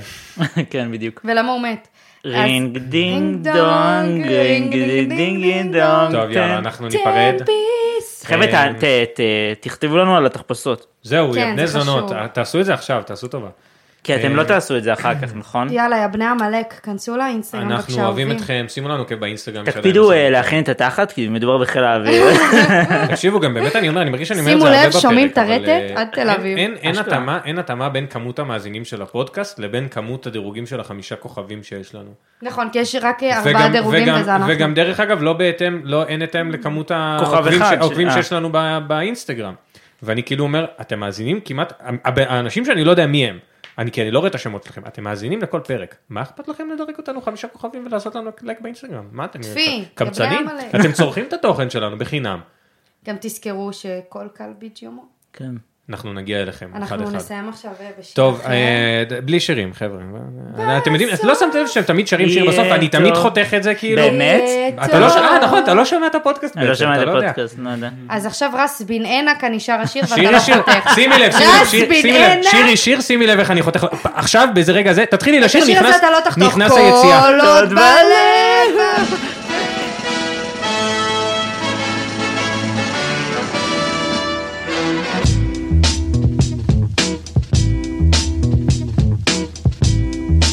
Speaker 2: כן, בדיוק.
Speaker 3: ולמה הוא מת? אז-
Speaker 2: רינג דינג
Speaker 3: דינג
Speaker 2: דונג,
Speaker 3: דונג,
Speaker 2: רינג
Speaker 3: דינג
Speaker 2: דינג דינג
Speaker 3: דינג
Speaker 2: דונג.
Speaker 1: טוב, יאללה,
Speaker 2: טן.
Speaker 1: אנחנו כן.
Speaker 3: Ten
Speaker 1: ניפרד.
Speaker 3: piece.
Speaker 2: חבר'ה, ת- ת- ת- תכתבו לנו על התחפושות.
Speaker 1: זהו,
Speaker 3: כן,
Speaker 1: יא בני
Speaker 3: זה חשוב.
Speaker 1: זונות, תעשו את זה עכשיו, תעשו טובה.
Speaker 2: כי אתם
Speaker 1: אה.
Speaker 2: לא תעשו את זה אחר כך, נכון?
Speaker 3: יאללה, יא בני עמלק, כנסו לאינסטגרם בבקשה.
Speaker 1: אנחנו אוהבים
Speaker 3: אהובים.
Speaker 1: אתכם, שימו לנו עוקב באינסטגרם שלנו.
Speaker 2: תקפידו אה, להכין את התחת, כי מדובר בחיל האוויר.
Speaker 1: תקשיבו גם באמת אני אומר אני מרגיש שאני אומר את
Speaker 3: שימו
Speaker 1: זה הרבה
Speaker 3: לב,
Speaker 1: בפרק.
Speaker 3: שומעים את
Speaker 1: אבל,
Speaker 3: הרטט
Speaker 1: אה,
Speaker 3: עד תל
Speaker 1: אין-
Speaker 3: אביב.
Speaker 1: אין- אין
Speaker 2: אשכרה.
Speaker 1: התאמה אין התאמה בין כמות המאזינים של הפודקאסט לבין כמות הדירוגים של החמישה כוכבים שיש לנו.
Speaker 3: נכון, כי יש רק ארבעה
Speaker 1: וגם-
Speaker 3: דירוגים
Speaker 1: וגם-
Speaker 3: וזה אנחנו.
Speaker 1: וגם דרך אגב לא בהתאם לא אין התאם לכמות העוקבים
Speaker 2: אחד,
Speaker 1: ש- העוקבים
Speaker 2: אה.
Speaker 1: שיש לנו ב- באינסטגרם. ואני כאילו אומר אתם מאזינים כמעט ה- ה- האנשים שאני לא יודע מי הם. אני כי אני לא רואה את השמות שלכם, אתם מאזינים לכל פרק. מה אכפת לכם לדרג אותנו חמישה כוכבים ולעשות לנו לייק באינסטגרם? מה אתם
Speaker 3: טפי,
Speaker 1: קמצנים?
Speaker 3: דברי עמלק.
Speaker 1: אתם צורכים את התוכן שלנו בחינם.
Speaker 3: גם תזכרו שכל כלביץ' יומו.
Speaker 2: כן.
Speaker 1: אנחנו נגיע אליכם אחד אחד.
Speaker 3: אנחנו נסיים עכשיו בשיר
Speaker 1: טוב,
Speaker 3: אחר.
Speaker 1: אה, ד- בלי שירים, חבר'ה.
Speaker 3: אה,
Speaker 1: אתם יודעים, לא שמתם לב שהם תמיד שרים שיר בסוף, אני תמיד
Speaker 2: טוב.
Speaker 1: חותך את זה כאילו.
Speaker 2: באמת?
Speaker 3: אה,
Speaker 1: אתה לא
Speaker 3: טוב.
Speaker 1: שומע, נכון, אתה לא שומע את הפודקאסט
Speaker 2: אני
Speaker 1: בעצם,
Speaker 2: לא שומע
Speaker 1: אתה
Speaker 2: את
Speaker 1: לא יודע.
Speaker 2: הפודקאסט, לא יודע.
Speaker 3: אז עכשיו רס בן עינק, אני שר השיר ואתה
Speaker 1: שירי
Speaker 3: לא
Speaker 1: שיר,
Speaker 3: חותך.
Speaker 1: שימי לב, שימי לב,
Speaker 3: רס
Speaker 1: שיר-
Speaker 3: בן
Speaker 1: שימי לב,
Speaker 3: עינק.
Speaker 1: שירי שיר, שימי לב איך אני חותך, עכשיו באיזה רגע זה, תתחילי לשיר,
Speaker 3: השיר הזה
Speaker 1: נכנס-
Speaker 3: אתה לא תחתוך.
Speaker 1: נכנס היציאה.
Speaker 3: כל עוד
Speaker 2: טוב,
Speaker 3: בלב.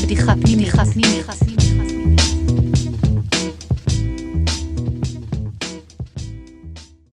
Speaker 5: בדיחה פנימית. בדיחה פנימית.